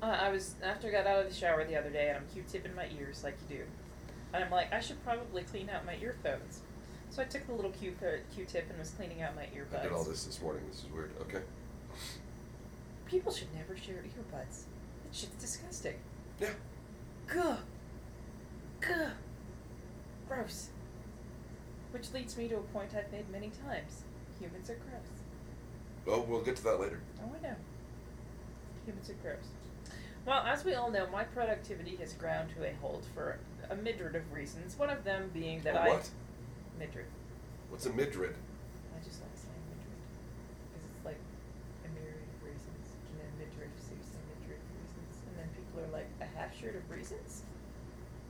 [SPEAKER 1] Uh, I was after I got out of the shower the other day, and I'm Q-tipping my ears like you do, and I'm like, I should probably clean out my earphones. So I took the little Q- uh, Q-tip and was cleaning out my
[SPEAKER 2] I did all
[SPEAKER 1] earbuds.
[SPEAKER 2] this this morning. This is weird. Okay.
[SPEAKER 1] People should never share earbuds. That shit's disgusting.
[SPEAKER 2] Yeah.
[SPEAKER 1] Gah. Gah. Gross. Which leads me to a point I've made many times. Humans are gross.
[SPEAKER 2] Oh, we'll get to that later.
[SPEAKER 1] Oh, I know. Humans are gross. Well, as we all know, my productivity has ground to a halt for a midrid of reasons. One of them being that
[SPEAKER 2] A
[SPEAKER 1] I
[SPEAKER 2] what?
[SPEAKER 1] midrid.
[SPEAKER 2] What's a midrid?
[SPEAKER 1] I just like saying midrid because it's like a myriad of reasons, and then midrid, so you say midrid of reasons, and then people are like a half shirt of reasons.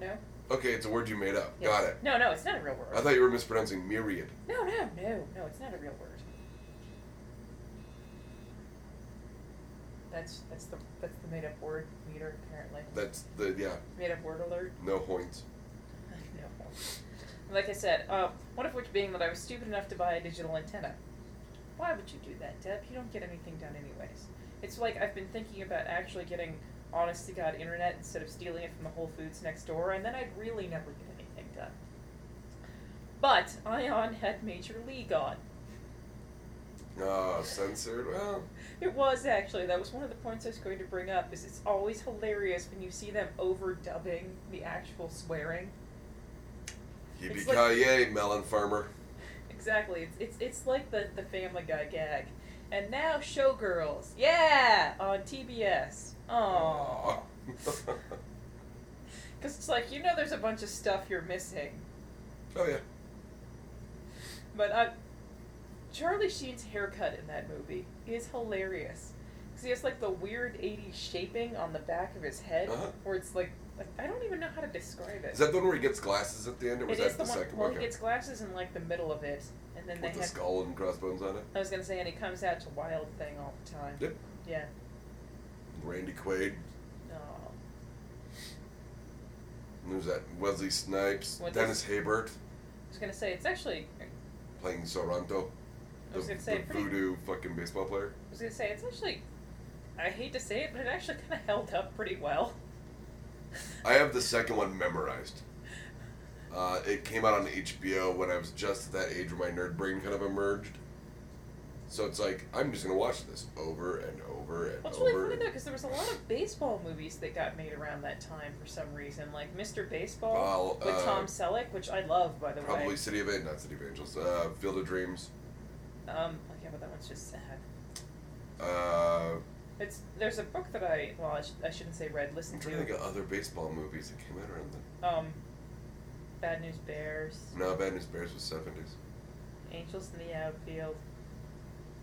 [SPEAKER 1] No.
[SPEAKER 2] Okay, it's a word you made up.
[SPEAKER 1] Yes.
[SPEAKER 2] Got it.
[SPEAKER 1] No, no, it's not a real word.
[SPEAKER 2] I thought you were mispronouncing myriad.
[SPEAKER 1] No, no, no, no, it's not a real word. That's that's the that's the made up word meter apparently.
[SPEAKER 2] That's the yeah.
[SPEAKER 1] made up word alert.
[SPEAKER 2] No points.
[SPEAKER 1] no. Like I said, uh, one of which being that I was stupid enough to buy a digital antenna. Why would you do that, Deb? You don't get anything done anyways. It's like I've been thinking about actually getting honest to God internet instead of stealing it from the Whole Foods next door, and then I'd really never get anything done. But Ion had Major League on.
[SPEAKER 2] Ah, censored. Well,
[SPEAKER 1] It was actually. That was one of the points I was going to bring up. Is it's always hilarious when you see them overdubbing the actual swearing.
[SPEAKER 2] yippee
[SPEAKER 1] It's
[SPEAKER 2] ki
[SPEAKER 1] like-
[SPEAKER 2] yay, melon farmer.
[SPEAKER 1] Exactly. It's it's, it's like the the Family Guy gag. And now Showgirls, yeah, on TBS. Aww.
[SPEAKER 2] Aw.
[SPEAKER 1] Because it's like you know there's a bunch of stuff you're missing,
[SPEAKER 2] oh yeah.
[SPEAKER 1] but I, Charlie Sheen's haircut in that movie is hilarious. Because he has like the weird '80s shaping on the back of his head,
[SPEAKER 2] Uh-huh.
[SPEAKER 1] where it's like like I don't even know how to describe it.
[SPEAKER 2] Is that the one where he gets glasses at the end, or was
[SPEAKER 1] It is
[SPEAKER 2] that the,
[SPEAKER 1] the one.
[SPEAKER 2] second
[SPEAKER 1] Well,
[SPEAKER 2] one?
[SPEAKER 1] he gets glasses in like the middle of it, and then
[SPEAKER 2] With
[SPEAKER 1] they
[SPEAKER 2] the
[SPEAKER 1] have.
[SPEAKER 2] skull and crossbones on it.
[SPEAKER 1] I was gonna say, and he comes out to Wild Thing all the time.
[SPEAKER 2] Yep.
[SPEAKER 1] Yeah.
[SPEAKER 2] Randy Quaid.
[SPEAKER 1] Oh.
[SPEAKER 2] And There's that Wesley Snipes,
[SPEAKER 1] What
[SPEAKER 2] Dennis Haybert
[SPEAKER 1] I was gonna say it's actually. I
[SPEAKER 2] playing Soranto, the,
[SPEAKER 1] was gonna say
[SPEAKER 2] the
[SPEAKER 1] pretty.
[SPEAKER 2] voodoo fucking baseball player.
[SPEAKER 1] I was gonna say it's actually. I hate to say it, but it actually kind of held up pretty well.
[SPEAKER 2] I have the second one memorized. Uh, it came out on HBO when I was just at that age where my nerd brain kind of emerged. So it's like I'm just gonna watch this over and over and
[SPEAKER 1] What's
[SPEAKER 2] over.
[SPEAKER 1] really funny
[SPEAKER 2] and-
[SPEAKER 1] though, because there was a lot of baseball movies that got made around that time for some reason, like Mr. Baseball
[SPEAKER 2] Well,
[SPEAKER 1] with
[SPEAKER 2] uh,
[SPEAKER 1] Tom Selleck, which I love, by the
[SPEAKER 2] probably
[SPEAKER 1] way.
[SPEAKER 2] City of Angels, not City of Angels, uh, Field of Dreams.
[SPEAKER 1] Um, okay, but that one's just sad.
[SPEAKER 2] Uh,
[SPEAKER 1] It's there's a book that I well I, sh- I shouldn't say read
[SPEAKER 2] I'm
[SPEAKER 1] listened
[SPEAKER 2] trying to think
[SPEAKER 1] to
[SPEAKER 2] of other baseball movies that came out around then.
[SPEAKER 1] um, Bad News Bears,
[SPEAKER 2] No, Bad News Bears was seventies.
[SPEAKER 1] Angels in the Outfield.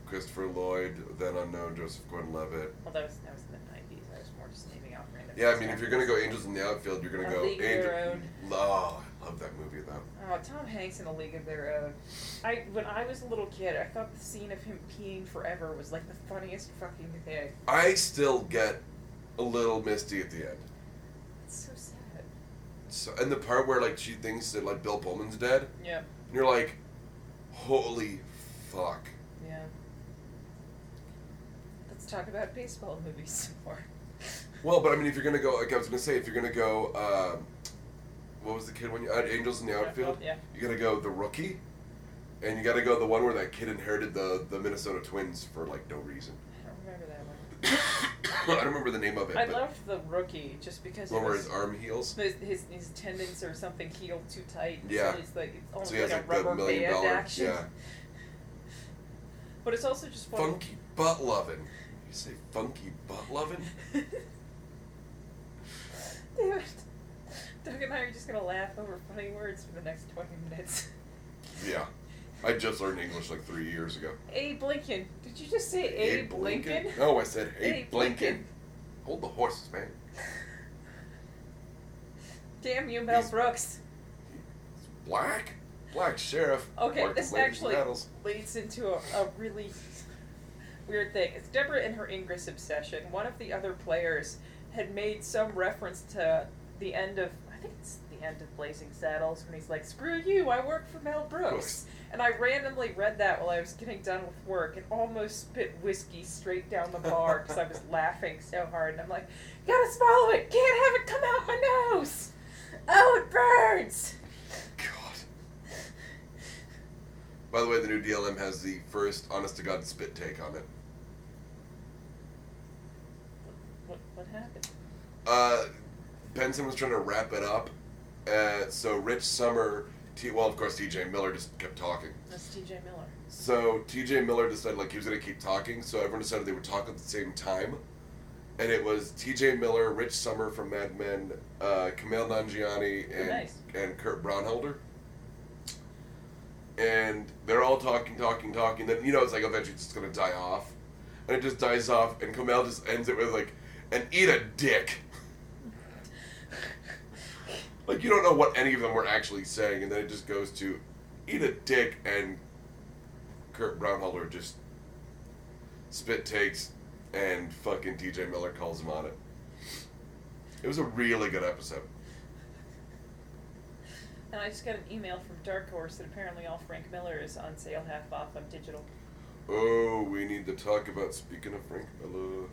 [SPEAKER 2] Christopher Lloyd, then unknown Joseph Gordon-Levitt.
[SPEAKER 1] Well, that was that was in the nineties. I was more just naming off random.
[SPEAKER 2] Yeah, I mean,
[SPEAKER 1] stuff.
[SPEAKER 2] if you're gonna go Angels in the Outfield, you're gonna
[SPEAKER 1] A
[SPEAKER 2] go
[SPEAKER 1] League of Their
[SPEAKER 2] Angel- Oh, I love that movie though.
[SPEAKER 1] Oh, Tom Hanks in A League of Their Own. I when I was a little kid, I thought the scene of him peeing forever was like the funniest fucking thing.
[SPEAKER 2] I still get a little misty at the end.
[SPEAKER 1] It's so sad.
[SPEAKER 2] So, and the part where like she thinks that like Bill Pullman's dead,
[SPEAKER 1] Yeah,
[SPEAKER 2] and you're like, holy fuck.
[SPEAKER 1] yeah. Let's talk about baseball movies some more.
[SPEAKER 2] Well, but I mean, if you're gonna go, like I was gonna say, if you're gonna go, um, what was the kid when you uh, Angels in the Outfield?
[SPEAKER 1] Yeah.
[SPEAKER 2] You gotta go the rookie, and you gotta go the one where that kid inherited the the Minnesota Twins for like no reason.
[SPEAKER 1] I don't remember that one.
[SPEAKER 2] I don't remember the name of it,
[SPEAKER 1] I
[SPEAKER 2] but
[SPEAKER 1] loved the rookie just because
[SPEAKER 2] the
[SPEAKER 1] it
[SPEAKER 2] one where
[SPEAKER 1] was
[SPEAKER 2] his arm heals.
[SPEAKER 1] his, his his tendons or something healed too tight.
[SPEAKER 2] Yeah.
[SPEAKER 1] So it's like it's almost
[SPEAKER 2] So he has
[SPEAKER 1] like
[SPEAKER 2] like
[SPEAKER 1] a
[SPEAKER 2] the
[SPEAKER 1] rubber
[SPEAKER 2] million
[SPEAKER 1] band
[SPEAKER 2] dollar,
[SPEAKER 1] action.
[SPEAKER 2] yeah,
[SPEAKER 1] But it's also just one.
[SPEAKER 2] funky butt loving. You say funky butt loving?
[SPEAKER 1] Dude, Doug and I are just gonna laugh over funny words for the next twenty minutes.
[SPEAKER 2] Yeah, I just learned English like three years ago.
[SPEAKER 1] Abe Lincoln. Did you just say Abe, Lincoln?
[SPEAKER 2] No, I said Abe
[SPEAKER 1] Abe
[SPEAKER 2] Lincoln.
[SPEAKER 1] Lincoln.
[SPEAKER 2] Hold the horses, man.
[SPEAKER 1] Damn you, Mel
[SPEAKER 2] He's-
[SPEAKER 1] Brooks.
[SPEAKER 2] Black, black sheriff.
[SPEAKER 1] Okay,
[SPEAKER 2] marking
[SPEAKER 1] this
[SPEAKER 2] ladies'
[SPEAKER 1] actually
[SPEAKER 2] battles.
[SPEAKER 1] leads into a, a really weird thing. It's Deborah and her Ingress obsession. One of the other players had made some reference to the end of, I think it's the end of Blazing Saddles, when he's like, screw you, I work for Mel Brooks.
[SPEAKER 2] course.
[SPEAKER 1] And I randomly read that while I was getting done with work and almost spit whiskey straight down the bar because I was laughing so hard. And I'm like, gotta swallow it, can't have it come out my nose. Oh, it burns.
[SPEAKER 2] God. By the way, the new DLM has the first honest to God spit take on it.
[SPEAKER 1] What, what happened?
[SPEAKER 2] Uh, Benson was trying to wrap it up, uh, so Rich Summer, T- well, of course, TJ Miller just kept talking.
[SPEAKER 1] That's TJ Miller.
[SPEAKER 2] So TJ Miller decided like he was gonna keep talking, so everyone decided they would talk at the same time. And it was TJ Miller, Rich Summer from Mad Men, uh, Camille Nangiani,
[SPEAKER 1] Oh,
[SPEAKER 2] and
[SPEAKER 1] nice.
[SPEAKER 2] and Kurt Braunholder. And they're all talking, talking, talking. Then you know it's like eventually it's just gonna die off, and it just dies off. And Camille just ends it with like, "And eat a dick." Like you don't know what any of them were actually saying, and then it just goes to eat a dick and Kurt Brownholder just spit takes and fucking TJ Miller calls him on it. It was a really good episode.
[SPEAKER 1] And I just got an email from Dark Horse that apparently all Frank Miller is on sale half off on digital.
[SPEAKER 2] Oh, we need to talk about speaking of Frank Miller.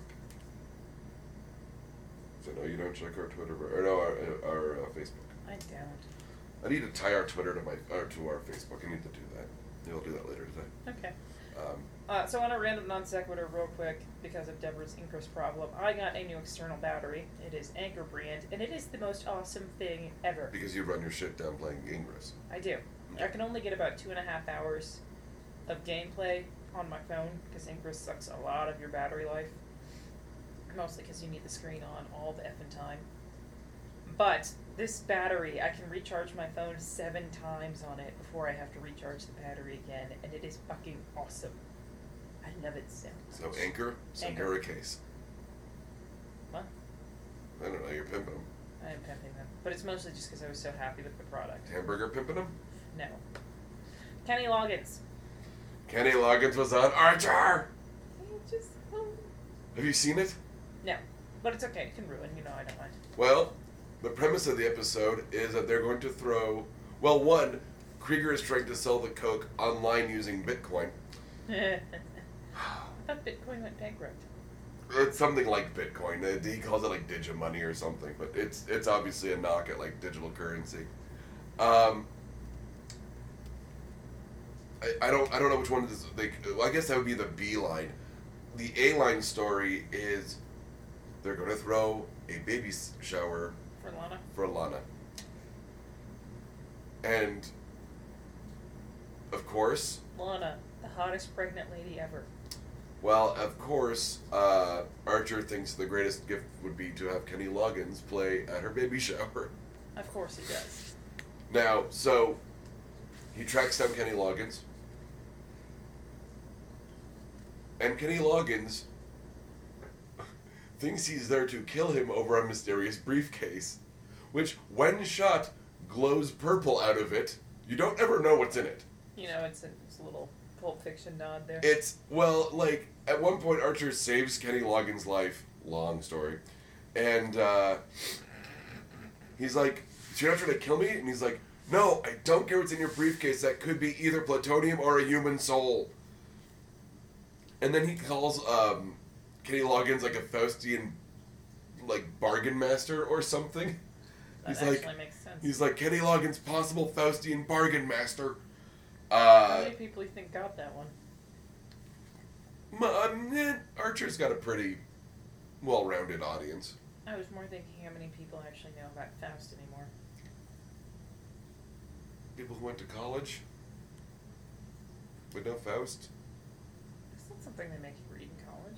[SPEAKER 2] So no, you don't check our Twitter or no our, our uh, Facebook.
[SPEAKER 1] I don't.
[SPEAKER 2] I need to tie our Twitter to my or to our Facebook. I need to do that. We'll do that later today.
[SPEAKER 1] Okay.
[SPEAKER 2] Um,
[SPEAKER 1] Uh, so on a random non sequitur, real quick, because of Deborah's Ingress problem, I got a new external battery. It is Anchor brand, and it is the most awesome thing ever.
[SPEAKER 2] because you run your shit down playing Ingress.
[SPEAKER 1] I do. I can only get about two and a half hours of gameplay on my phone because Ingress sucks a lot of your battery life. Mostly because you need the screen on all the effing time. But this battery, I can recharge my phone seven times on it before I have to recharge the battery again, and it is fucking awesome. I love it so much.
[SPEAKER 2] So Anchor, send
[SPEAKER 1] Anchor.
[SPEAKER 2] her a case.
[SPEAKER 1] What?
[SPEAKER 2] I don't know, you're pimping them.
[SPEAKER 1] I am pimping them. But it's mostly just because I was so happy with the product.
[SPEAKER 2] Hamburger pimping them?
[SPEAKER 1] No. Kenny Loggins.
[SPEAKER 2] Kenny Loggins was on Archer!
[SPEAKER 1] He just.
[SPEAKER 2] Have you seen it?
[SPEAKER 1] No, but it's okay. It can ruin. You know, I don't mind.
[SPEAKER 2] Well, the premise of the episode is that they're going to throw. Well, one, Krieger is trying to sell the Coke online using Bitcoin.
[SPEAKER 1] I thought Bitcoin went bankrupt.
[SPEAKER 2] it's something like Bitcoin. Uh, He calls it like digimoney or something, but it's it's obviously a knock at like digital currency. Um, I, I don't I don't know which one is like. well, I guess that would be the B line. The A line story is they're going to throw a baby s- shower
[SPEAKER 1] for Lana.
[SPEAKER 2] for Lana. And of course,
[SPEAKER 1] Lana, the hottest pregnant lady ever.
[SPEAKER 2] Well, of course, uh, Archer thinks the greatest gift would be to have Kenny Loggins play at her baby shower.
[SPEAKER 1] Of course he does.
[SPEAKER 2] Now, so he tracks down Kenny Loggins. And Kenny Loggins thinks he's there to kill him over a mysterious briefcase, which, when shot, glows purple out of it. You don't ever know what's in it.
[SPEAKER 1] You know, it's a, it's a little Pulp Fiction nod there.
[SPEAKER 2] It's well, like at one point, Archer saves Kenny Loggins' life. Long story, and uh, he's like, "So "You're not trying to kill me?" And he's like, "No, I don't care what's in your briefcase. That could be either plutonium or a human soul." And then he calls um, Kenny Loggins like a Faustian, like bargain master or something.
[SPEAKER 1] that
[SPEAKER 2] he's like-
[SPEAKER 1] actually makes sense.
[SPEAKER 2] He's like Kenny Loggins, possible Faustian bargain master.
[SPEAKER 1] How
[SPEAKER 2] Uh,
[SPEAKER 1] many people you think got that one?
[SPEAKER 2] M- um, eh, Archer's got a pretty well-rounded audience.
[SPEAKER 1] I was more thinking how many people actually know about Faust anymore.
[SPEAKER 2] People who went to college would know Faust.
[SPEAKER 1] It's not something they make you read in college.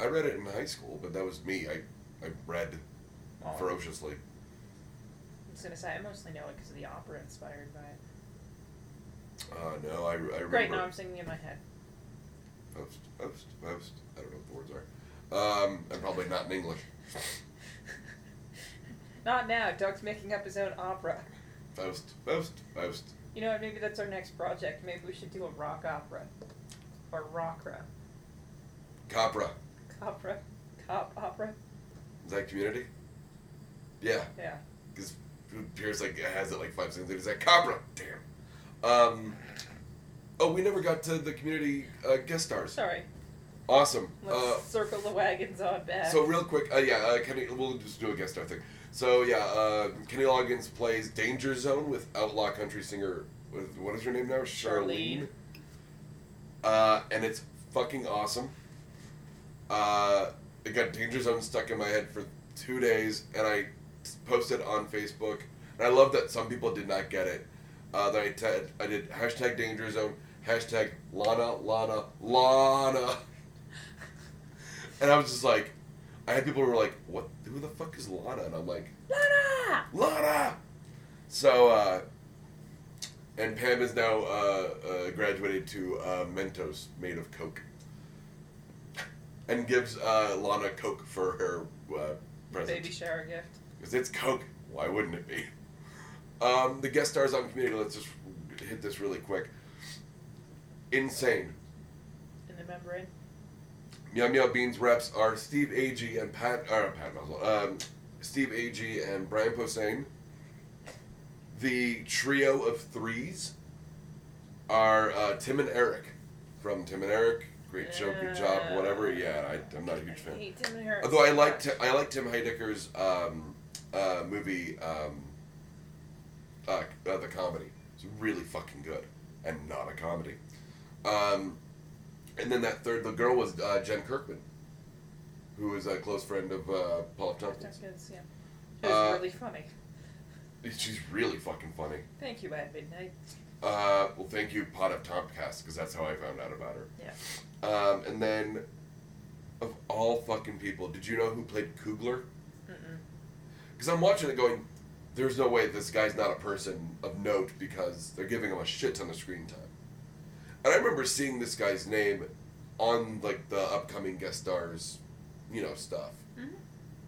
[SPEAKER 2] I read it in high school, but that was me. I, I read
[SPEAKER 1] Well,
[SPEAKER 2] ferociously.
[SPEAKER 1] I was gonna say I mostly know it because of the opera inspired by it.
[SPEAKER 2] Uh, no, I, I remember
[SPEAKER 1] Right now I'm singing in my head.
[SPEAKER 2] Faust, Faust, Faust. I don't know what the words are. Um, and probably not in English.
[SPEAKER 1] Not now. Doug's making up his own opera.
[SPEAKER 2] Faust, Faust, Faust.
[SPEAKER 1] You know what? Maybe that's our next project. Maybe we should do a rock opera, or rockra,
[SPEAKER 2] Capra.
[SPEAKER 1] copra, cop opera.
[SPEAKER 2] Is that community? Yeah.
[SPEAKER 1] Yeah.
[SPEAKER 2] because Pierce like has it like five seconds later. He's like, "Cobra, damn." Um, oh, we never got to the community uh, guest stars.
[SPEAKER 1] Sorry.
[SPEAKER 2] Awesome.
[SPEAKER 1] Let's
[SPEAKER 2] Uh,
[SPEAKER 1] circle the wagons on back.
[SPEAKER 2] so real quick, uh, yeah, uh, Kenny, we'll just do a guest star thing. So yeah, uh, Kenny Loggins plays Danger Zone with outlaw country singer. With, what is her name now?
[SPEAKER 1] Charlene.
[SPEAKER 2] Uh, and it's fucking awesome. Uh, it got Danger Zone stuck in my head for two days, and I posted on Facebook. And I love that some people did not get it. Uh, that I te- I did hashtag Danger Zone, hashtag Lana, Lana, Lana. And I was just like, I had people who were like, "What? Who the fuck is Lana?" And I'm like,
[SPEAKER 1] Lana!
[SPEAKER 2] "Lana." So, uh, and Pam is now uh, uh, graduated to uh, Mentos made of Coke, and gives uh, Lana Coke for her uh, present
[SPEAKER 1] Baby shower gift.
[SPEAKER 2] because it's Coke. Why wouldn't it be? Um, the guest stars on Community. Let's just hit this really quick. Insane.
[SPEAKER 1] In the membrane.
[SPEAKER 2] Meow Meow Beans reps are Steve Agee and Pat, uh, Pat Mazel, um, Steve Agee and Brian Posehn. The trio of threes are uh, Tim and Eric from Tim and Eric. Great show, good job, whatever. Yeah, I, I'm not a huge
[SPEAKER 1] I
[SPEAKER 2] fan.
[SPEAKER 1] hate Tim and Harris.
[SPEAKER 2] Although I like
[SPEAKER 1] to.
[SPEAKER 2] Ti- I like Tim Heidecker's um, uh, movie, um, uh, uh, the comedy. It's really fucking good, and not a comedy. Um, and then that third, the girl was uh, Jen Kirkman, who is a close friend of uh, Paul F. Tompkins.
[SPEAKER 1] Yeah. It was
[SPEAKER 2] Uh,
[SPEAKER 1] really funny.
[SPEAKER 2] She's really fucking funny.
[SPEAKER 1] Thank you, at midnight.
[SPEAKER 2] Uh, well, thank you, Pot of Tompcast, because that's how I found out about her.
[SPEAKER 1] Yeah.
[SPEAKER 2] Um, and then, of all fucking people, did you know who played Kugler?
[SPEAKER 1] Mm-mm.
[SPEAKER 2] Because I'm watching it going, there's no way this guy's not a person of note because they're giving him a shit ton of screen time. And I remember seeing this guy's name on like the upcoming guest stars, you know, stuff.
[SPEAKER 1] Mhm.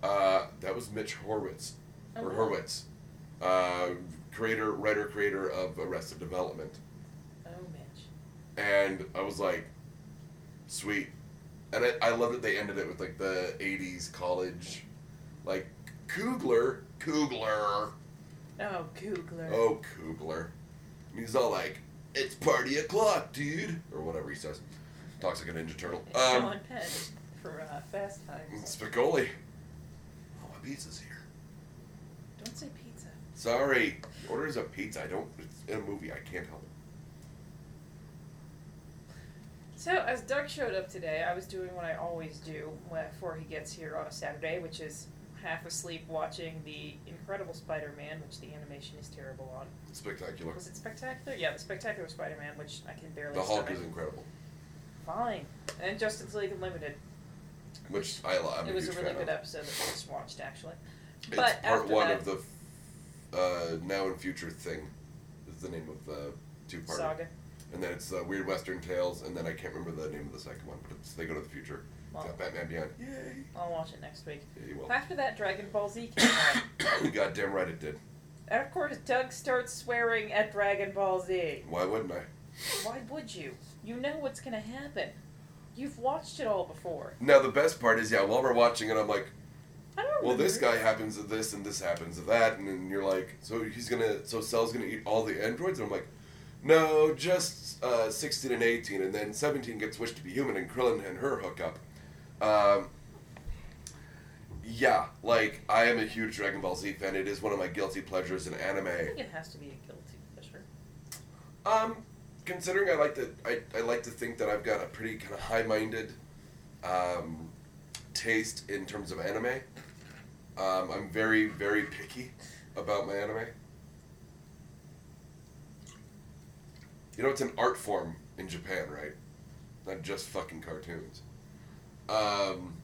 [SPEAKER 2] Uh, that was Mitch Horwitz
[SPEAKER 1] Oh,
[SPEAKER 2] or
[SPEAKER 1] wow.
[SPEAKER 2] Horwitz, uh, creator, writer, creator of Arrested Development.
[SPEAKER 1] Oh, Mitch.
[SPEAKER 2] And I was like, sweet. And I, I love that they ended it with like the 80s college, like Kugler, Kugler.
[SPEAKER 1] Oh, Googler.
[SPEAKER 2] Oh, Kubler. And he's all like, it's party o'clock, dude. Or whatever he says. Talks like a Ninja Turtle. Um,
[SPEAKER 1] Sean Penn. for uh, Fast
[SPEAKER 2] Mm,
[SPEAKER 1] Times.
[SPEAKER 2] Spicoli. Oh, my pizza's here.
[SPEAKER 1] Don't say pizza.
[SPEAKER 2] Sorry. Orders a pizza. I don't. It's in a movie. I can't help it.
[SPEAKER 1] So as Doug showed up today, I was doing what I always do before he gets here on a Saturday, which is half asleep watching the Incredible Spider-Man, which the animation is terrible on.
[SPEAKER 2] Spectacular.
[SPEAKER 1] Was it spectacular? Yeah, the spectacular Spider-Man, which I can barely.
[SPEAKER 2] The Hulk
[SPEAKER 1] stomach.
[SPEAKER 2] is incredible.
[SPEAKER 1] fine. And Justice League Unlimited.
[SPEAKER 2] Which I love. I'm
[SPEAKER 1] it was a
[SPEAKER 2] huge
[SPEAKER 1] really
[SPEAKER 2] fan
[SPEAKER 1] good
[SPEAKER 2] of.
[SPEAKER 1] episode that we just watched, actually.
[SPEAKER 2] It's
[SPEAKER 1] but
[SPEAKER 2] part
[SPEAKER 1] after
[SPEAKER 2] one
[SPEAKER 1] that-
[SPEAKER 2] of the uh, now and future thing. Is the name of the two part.
[SPEAKER 1] Saga.
[SPEAKER 2] And then it's uh, Weird Western Tales, and then I can't remember the name of the second one, but it's, they go to the future.
[SPEAKER 1] Well,
[SPEAKER 2] it's got Batman Beyond. Yay!
[SPEAKER 1] I'll watch it next week.
[SPEAKER 2] Yeah, you will.
[SPEAKER 1] After that, Dragon Ball Z came out.
[SPEAKER 2] you goddamn right it did.
[SPEAKER 1] And of course, Doug starts swearing at Dragon Ball Z.
[SPEAKER 2] Why wouldn't I?
[SPEAKER 1] Why would you? You know what's going to happen. You've watched it all before.
[SPEAKER 2] Now, the best part is, yeah, while we're watching it, I'm like,
[SPEAKER 1] I don't
[SPEAKER 2] well, this guy
[SPEAKER 1] remember.
[SPEAKER 2] happens to this, and this happens to that, and then you're like, so he's gonna, so Cell's gonna eat all the androids? And I'm like, no, just uh, 16 and 18, and then 17 gets wished to be human, and Krillin and her hook up. Um, yeah, like, I am a huge Dragon Ball Z fan. It is one of my guilty pleasures in
[SPEAKER 1] I
[SPEAKER 2] anime.
[SPEAKER 1] think it has to be a guilty pleasure.
[SPEAKER 2] Um, considering I like to, I, I like to think that I've got a pretty kind of high-minded um, taste in terms of anime. Um, I'm very, very picky about my anime. You know, it's an art form in Japan, right? Not just fucking cartoons. Um,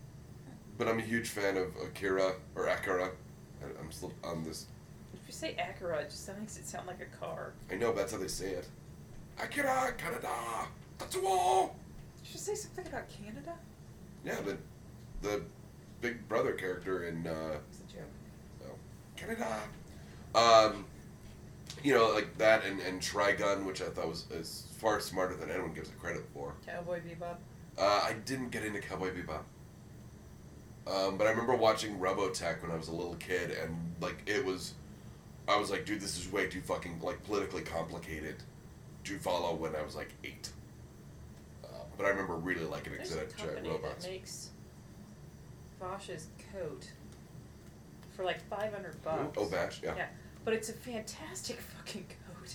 [SPEAKER 2] but I'm a huge fan of Akira or Akira. I- I'm still on this.
[SPEAKER 1] If you say Acura, it just makes it sound like a car.
[SPEAKER 2] I know but that's how they say it. Akira Canada. That's all.
[SPEAKER 1] Did you say something about Canada?
[SPEAKER 2] Yeah, the the Big Brother character in uh,
[SPEAKER 1] It was a joke.
[SPEAKER 2] Canada. Um, you know, like that and, and Trigun, which I thought was is far smarter than anyone gives it credit for.
[SPEAKER 1] Cowboy Bebop.
[SPEAKER 2] Uh, I didn't get into Cowboy Bebop. Um, but I remember watching Robotech when I was a little kid, and like it was, I was like, dude, this is way too fucking like politically complicated to follow when I was like eight. Uh, but I remember really liking it
[SPEAKER 1] There's
[SPEAKER 2] because
[SPEAKER 1] a
[SPEAKER 2] it had giant
[SPEAKER 1] company
[SPEAKER 2] robots.
[SPEAKER 1] that makes Bosch's coat for like five hundred bucks.
[SPEAKER 2] Oh, Bash, yeah.
[SPEAKER 1] But it's a fantastic fucking coat.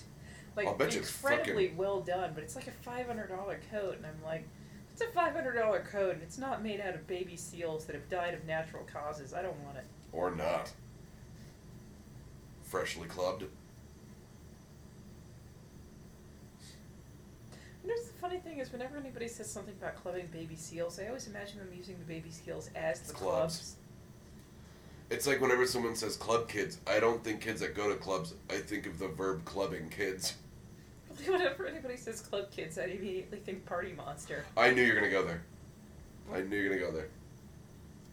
[SPEAKER 1] Like
[SPEAKER 2] I'll bet you it's
[SPEAKER 1] incredibly well done, but it's like a five hundred dollar coat, and I'm like, it's a five hundred dollar coat, and it's not made out of baby seals that have died of natural causes. I don't want it.
[SPEAKER 2] Or not. Freshly clubbed.
[SPEAKER 1] You know, the funny thing is, whenever anybody says something about clubbing baby seals, I always imagine them using the baby seals as the
[SPEAKER 2] Clubs. It's like whenever someone says club kids, I don't think kids that go to clubs, I think of the verb clubbing kids.
[SPEAKER 1] clubs. Whenever anybody says club kids, I immediately think party monster.
[SPEAKER 2] I knew you were gonna go there. I knew you were gonna go there.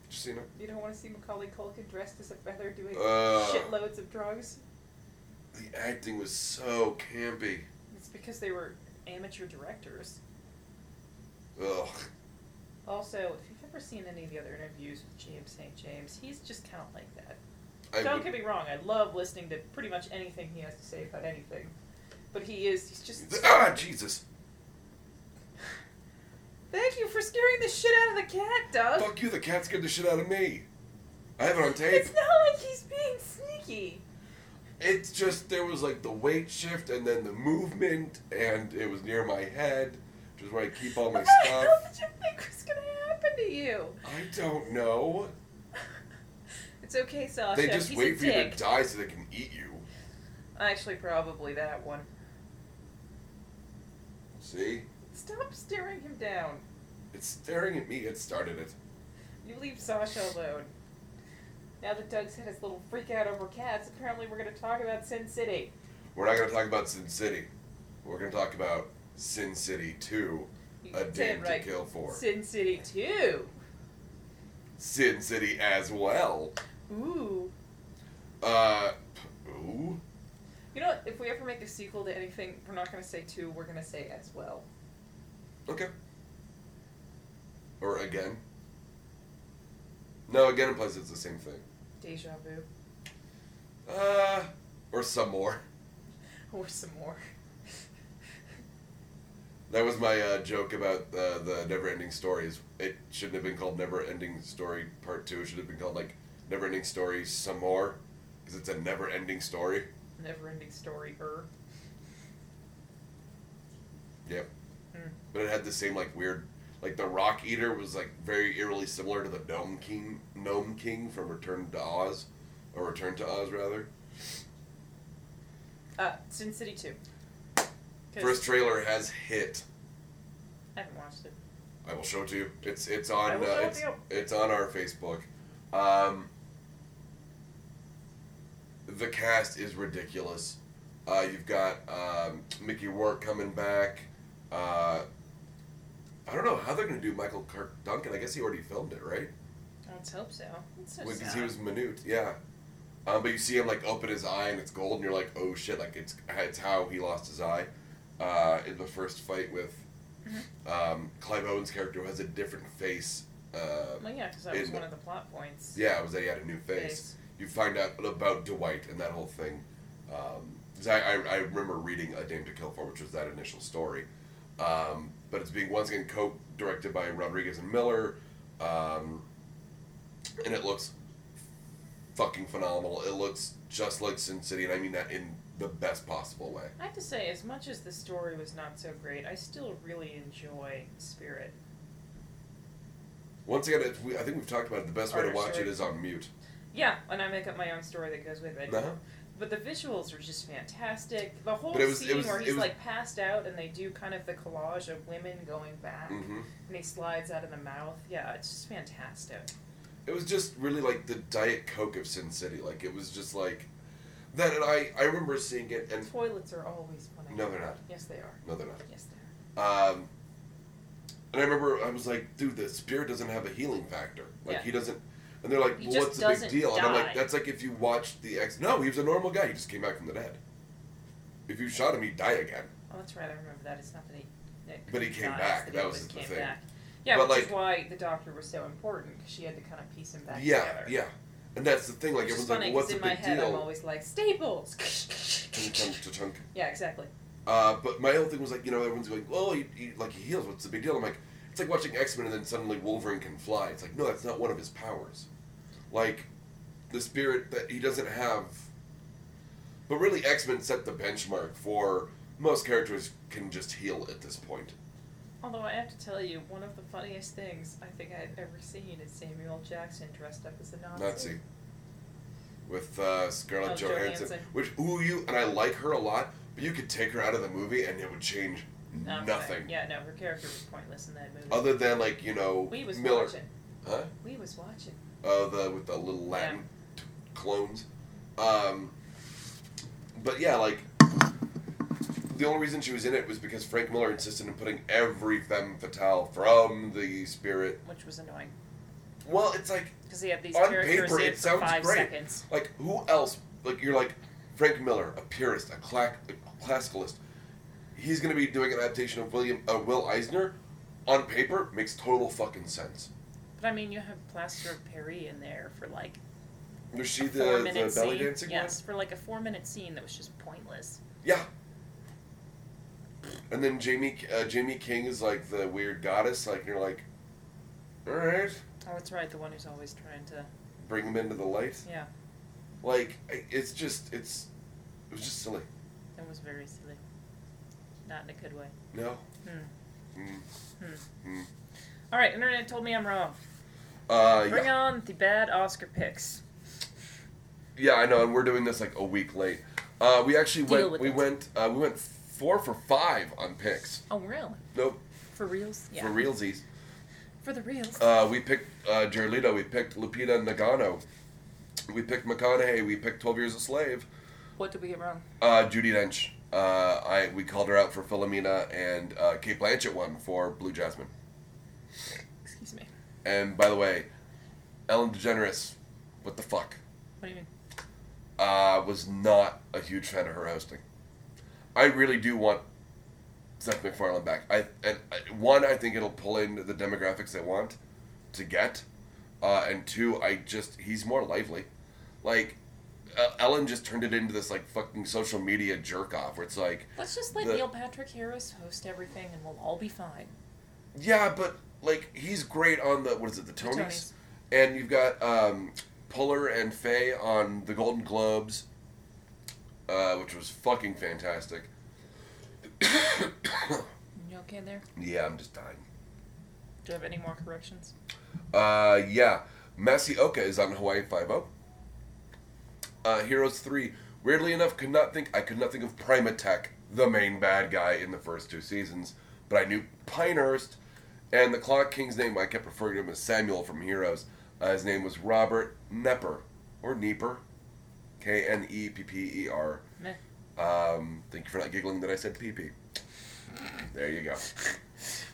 [SPEAKER 2] Just you know.
[SPEAKER 1] You don't want to see Macaulay Culkin dressed as a feather doing
[SPEAKER 2] Ugh.
[SPEAKER 1] shitloads of drugs.
[SPEAKER 2] The acting was so campy.
[SPEAKER 1] It's because they were amateur directors.
[SPEAKER 2] Ugh.
[SPEAKER 1] Also, if you've ever seen any of the other interviews with James St. James, he's just kind of like that.
[SPEAKER 2] I
[SPEAKER 1] don't
[SPEAKER 2] would-
[SPEAKER 1] get me wrong, I love listening to pretty much anything he has to say about anything. But he is, he's just.
[SPEAKER 2] ah, Jesus.
[SPEAKER 1] Thank you for scaring the shit out of the cat, Doug!
[SPEAKER 2] Fuck you, the cat scared the shit out of me. I have it on tape.
[SPEAKER 1] It's not like he's being sneaky!
[SPEAKER 2] It's just there was like the weight shift and then the movement, and it was near my head, which is where I keep all my
[SPEAKER 1] what the
[SPEAKER 2] stuff.
[SPEAKER 1] hell did you think was gonna happen to you?
[SPEAKER 2] I don't know.
[SPEAKER 1] It's okay, Sasha.
[SPEAKER 2] they just
[SPEAKER 1] Oh, he's a
[SPEAKER 2] wait for you to
[SPEAKER 1] dick.
[SPEAKER 2] die so they can eat you.
[SPEAKER 1] Actually, probably that one.
[SPEAKER 2] See?
[SPEAKER 1] Stop staring him down.
[SPEAKER 2] It's staring at me. It started it.
[SPEAKER 1] You leave Sasha alone. Now that Doug's had his little freak out over cats, apparently we're going to talk about Sin City.
[SPEAKER 2] We're not going to talk about Sin City. We're going to talk about Sin City 2,
[SPEAKER 1] You
[SPEAKER 2] A
[SPEAKER 1] can say
[SPEAKER 2] Dame
[SPEAKER 1] it right.
[SPEAKER 2] to Kill For.
[SPEAKER 1] Sin City 2.
[SPEAKER 2] Sin City as well.
[SPEAKER 1] Ooh.
[SPEAKER 2] Uh, p- ooh.
[SPEAKER 1] You know what? If we ever make a sequel to anything, we're not going to say 2, we're going to say as well.
[SPEAKER 2] Okay. Or again. No, again implies it's the same thing.
[SPEAKER 1] Deja vu.
[SPEAKER 2] Uh, or some more.
[SPEAKER 1] Or some more.
[SPEAKER 2] That was my uh, joke about uh, the Never Ending Stories. It shouldn't have been called Never Ending Story Part 2. It should have been called, like, Never Ending Story Some More. Because it's a never ending story.
[SPEAKER 1] Never ending story, er.
[SPEAKER 2] Yep.
[SPEAKER 1] Hmm.
[SPEAKER 2] But it had the same, like, weird. Like, the Rock Eater was, like, very eerily similar to the Gnome King, Gnome King from Return to Oz. Or Return to Oz, rather.
[SPEAKER 1] Uh, Sin City 2. 'Cause
[SPEAKER 2] First trailer has hit.
[SPEAKER 1] I haven't watched it.
[SPEAKER 2] I will show it to you. It's it's
[SPEAKER 1] I
[SPEAKER 2] on uh,
[SPEAKER 1] will show it
[SPEAKER 2] it's,
[SPEAKER 1] to you.
[SPEAKER 2] it's on our Facebook. Um, the cast is ridiculous. Uh, you've got um, Mickey Rourke coming back. Uh, I don't know how they're gonna do Michael Kirk Duncan. I guess he already filmed it, right?
[SPEAKER 1] Let's hope so. That's so
[SPEAKER 2] Because
[SPEAKER 1] sad.
[SPEAKER 2] he was minute, yeah. Um, but you see him like open his eye and it's gold, and you're like, oh shit! Like it's it's how he lost his eye uh, in the first fight with um, Clive Owen's character, who has a different face. Uh,
[SPEAKER 1] well, yeah, because that was
[SPEAKER 2] in-
[SPEAKER 1] one of the plot points.
[SPEAKER 2] yeah, it was that he had a new face. You find out about Dwight and that whole thing. Um 'cause I, I, I remember reading A Dame to Kill For, which was that initial story. Um, but it's being once again co directed by Rodriguez and Miller. Um, and it looks fucking phenomenal. It looks just like Sin City, and I mean that in the best possible way.
[SPEAKER 1] I have to say, as much as the story was not so great, I still really enjoy Spirit.
[SPEAKER 2] Once again, it's, we, I think we've talked about it. The best way to
[SPEAKER 1] Harder
[SPEAKER 2] watch it
[SPEAKER 1] story.
[SPEAKER 2] is on mute.
[SPEAKER 1] Yeah, and I make up my own story that goes with it.
[SPEAKER 2] Uh-huh.
[SPEAKER 1] But the visuals were just fantastic. The whole
[SPEAKER 2] But it was-
[SPEAKER 1] scene
[SPEAKER 2] it was-
[SPEAKER 1] where
[SPEAKER 2] it
[SPEAKER 1] he's
[SPEAKER 2] was-
[SPEAKER 1] like passed out and they do kind of the collage of women going back
[SPEAKER 2] hmm
[SPEAKER 1] and he slides out of the mouth. Yeah, it's just fantastic.
[SPEAKER 2] it was just really like the diet coke of sin city like it was just like that and i i remember seeing it and
[SPEAKER 1] Toilets are always funny.
[SPEAKER 2] No, they're not.
[SPEAKER 1] Yes, they are.
[SPEAKER 2] no they're not
[SPEAKER 1] Yes, they
[SPEAKER 2] um and i remember i was like dude the spirit doesn't have a healing factor like
[SPEAKER 1] Yeah.
[SPEAKER 2] he doesn't and they're like
[SPEAKER 1] He
[SPEAKER 2] well
[SPEAKER 1] just
[SPEAKER 2] what's the big
[SPEAKER 1] doesn't
[SPEAKER 2] deal and i'm like
[SPEAKER 1] die.
[SPEAKER 2] that's like if you watched the ex no he was a normal guy he just came back from the dead if you shot him he'd die again
[SPEAKER 1] are. Oh, that's right. I remember that. It's not that he. that
[SPEAKER 2] But he
[SPEAKER 1] dies,
[SPEAKER 2] came
[SPEAKER 1] That,
[SPEAKER 2] back,
[SPEAKER 1] he
[SPEAKER 2] that
[SPEAKER 1] always
[SPEAKER 2] was the
[SPEAKER 1] came
[SPEAKER 2] thing.
[SPEAKER 1] Back. Yeah,
[SPEAKER 2] But,
[SPEAKER 1] which is
[SPEAKER 2] like-
[SPEAKER 1] why the doctor was so important because she had to kind of piece him back
[SPEAKER 2] yeah
[SPEAKER 1] together.
[SPEAKER 2] yeah and that's the thing like
[SPEAKER 1] Which is
[SPEAKER 2] everyone's like
[SPEAKER 1] funny
[SPEAKER 2] well,
[SPEAKER 1] 'cause
[SPEAKER 2] what's
[SPEAKER 1] in
[SPEAKER 2] the
[SPEAKER 1] my
[SPEAKER 2] big
[SPEAKER 1] head I'm
[SPEAKER 2] deal
[SPEAKER 1] always like staples.
[SPEAKER 2] Chunk, chunk, chunk.
[SPEAKER 1] yeah, exactly.
[SPEAKER 2] Uh, but my whole thing was like, you know, everyone's going, "Oh, he, he like he heals. What's the big deal?" I'm like, it's like watching X Men and then suddenly Wolverine can fly. It's like, no, that's not one of his powers. Like, the spirit that he doesn't have. But really, X Men set the benchmark for most characters can just heal at this point.
[SPEAKER 1] Although I have to tell you, one of the funniest things I think I've ever seen is Samuel Jackson dressed up as a Nazi.
[SPEAKER 2] Nazi. With uh, Scarlett
[SPEAKER 1] Oh,
[SPEAKER 2] Johansson,
[SPEAKER 1] Johansson.
[SPEAKER 2] which ooh you and I like her a lot, but you could take her out of the movie and it would change
[SPEAKER 1] No,
[SPEAKER 2] nothing.
[SPEAKER 1] Yeah, no, her character was pointless in that movie.
[SPEAKER 2] Other than like you know
[SPEAKER 1] we was
[SPEAKER 2] Miller,
[SPEAKER 1] watching.
[SPEAKER 2] huh?
[SPEAKER 1] We was watching.
[SPEAKER 2] uh, the with the little Latin t- clones. Um, but yeah, like the only reason she was in it was because Frank Miller insisted on putting every femme fatale from the Spirit.
[SPEAKER 1] Which was annoying
[SPEAKER 2] Well, it's like
[SPEAKER 1] because he had these
[SPEAKER 2] on
[SPEAKER 1] characters
[SPEAKER 2] paper
[SPEAKER 1] in
[SPEAKER 2] it
[SPEAKER 1] for
[SPEAKER 2] sounds
[SPEAKER 1] five
[SPEAKER 2] great.
[SPEAKER 1] seconds.
[SPEAKER 2] Like who else? Like you're like Frank Miller, a purist, a, cla- a classicalist. He's gonna be doing an adaptation of William uh, Will Eisner. On paper, makes total fucking sense.
[SPEAKER 1] But I mean, you have Plaster of Paris in there for like
[SPEAKER 2] Was she
[SPEAKER 1] a
[SPEAKER 2] the,
[SPEAKER 1] four
[SPEAKER 2] the
[SPEAKER 1] minute
[SPEAKER 2] belly
[SPEAKER 1] scene.
[SPEAKER 2] dancing one?
[SPEAKER 1] yes, for like a four minute scene that was just pointless.
[SPEAKER 2] Yeah. And then Jamie uh, Jamie King is like the weird goddess. Like you're like, all right,
[SPEAKER 1] Oh, that's right, the one who's always trying to.
[SPEAKER 2] bring him into the light.
[SPEAKER 1] Yeah,
[SPEAKER 2] Like I- it's just it's it was just silly.
[SPEAKER 1] that was very silly. Not in a good way.
[SPEAKER 2] No.
[SPEAKER 1] Hmm.
[SPEAKER 2] Mm.
[SPEAKER 1] Hmm.
[SPEAKER 2] Mm.
[SPEAKER 1] All right, internet told me I'm wrong.
[SPEAKER 2] Uh,
[SPEAKER 1] Bring
[SPEAKER 2] yeah.
[SPEAKER 1] on the bad Oscar picks.
[SPEAKER 2] yeah, I know, and we're doing this like a week late. Uh, we actually
[SPEAKER 1] Deal
[SPEAKER 2] went
[SPEAKER 1] with
[SPEAKER 2] we
[SPEAKER 1] it.
[SPEAKER 2] went uh, we went four for five on picks.
[SPEAKER 1] Oh, really?
[SPEAKER 2] Nope,
[SPEAKER 1] For reals? Yeah.
[SPEAKER 2] for realsies.
[SPEAKER 1] For the reals.
[SPEAKER 2] Uh, we picked uh, Gerlito. We picked Lupita Nagano. We picked McConaughey. We picked Twelve Years a Slave.
[SPEAKER 1] what did we get wrong?
[SPEAKER 2] Uh, Judy Dench. Uh, I we called her out for Philomena, and uh, Kate Blanchett won for Blue Jasmine.
[SPEAKER 1] Excuse me.
[SPEAKER 2] And by the way, Ellen DeGeneres, what the fuck,
[SPEAKER 1] What do you mean?
[SPEAKER 2] uh, was not a huge fan of her hosting. I really do want Seth MacFarlane back. I and I, one, I think it'll pull in the demographics they want to get, uh, and two, I just he's more lively. Like uh, Ellen just turned it into this like fucking social media jerk off where it's like,
[SPEAKER 1] Let's just let
[SPEAKER 2] The-
[SPEAKER 1] Neil Patrick Harris host everything, and we'll all be fine.
[SPEAKER 2] yeah, but like he's great on the what is it, the Tonys?
[SPEAKER 1] Tonys.
[SPEAKER 2] And you've got um, Puller and Faye on the Golden Globes, uh, which was fucking fantastic.
[SPEAKER 1] You okay there?
[SPEAKER 2] Yeah, I'm just dying.
[SPEAKER 1] Do you have any more corrections?
[SPEAKER 2] Uh, yeah. Masioka is on Hawaii Five O. Uh, Heroes Three. Weirdly enough, could not think I could not think of Primatech, the main bad guy in the first two seasons, but I knew Pinehurst, and the Clock King's name I kept referring to him as Samuel from Heroes. Uh, his name was Robert Nepper or Nieper, K N E P P E R.
[SPEAKER 1] Meh.
[SPEAKER 2] Um, thank you for not giggling that I said pee pee. There you go.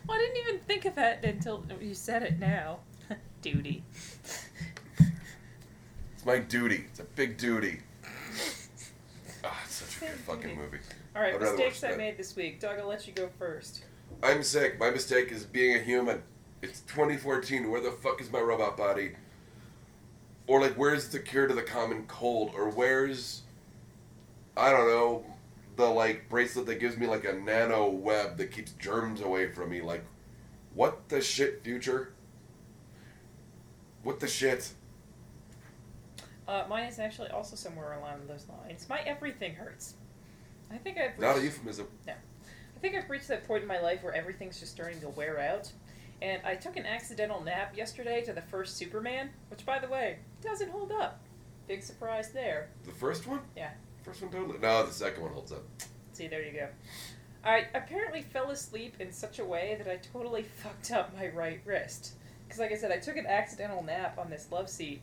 [SPEAKER 1] Well, I didn't even think of that until you said it now. Duty.
[SPEAKER 2] It's my duty. It's a big duty. Ah, it's such a good fucking movie.
[SPEAKER 1] All right,
[SPEAKER 2] I'd rather
[SPEAKER 1] mistakes
[SPEAKER 2] watch
[SPEAKER 1] I
[SPEAKER 2] that.
[SPEAKER 1] made this week. Doug, I'll let you go first.
[SPEAKER 2] I'm sick. My mistake is being a human. It's 2014. Where the fuck is my robot body? Or like, where's the cure to the common cold? Or where's, I don't know, the like bracelet that gives me like a nano web that keeps germs away from me? Like, what the shit, future? What the shit?
[SPEAKER 1] Uh, mine is actually also somewhere along those lines. My everything hurts. I think I've
[SPEAKER 2] Not a
[SPEAKER 1] reached-
[SPEAKER 2] euphemism.
[SPEAKER 1] I think I've reached that point in my life where everything's just starting to wear out. And I took an accidental nap yesterday to the first Superman, which, by the way, doesn't hold up. Big surprise there.
[SPEAKER 2] The first one?
[SPEAKER 1] Yeah.
[SPEAKER 2] First one totally. No, the second one holds up.
[SPEAKER 1] See, there you go. I apparently fell asleep in such a way that I totally fucked up my right wrist. Because, like I said, I took an accidental nap on this love seat,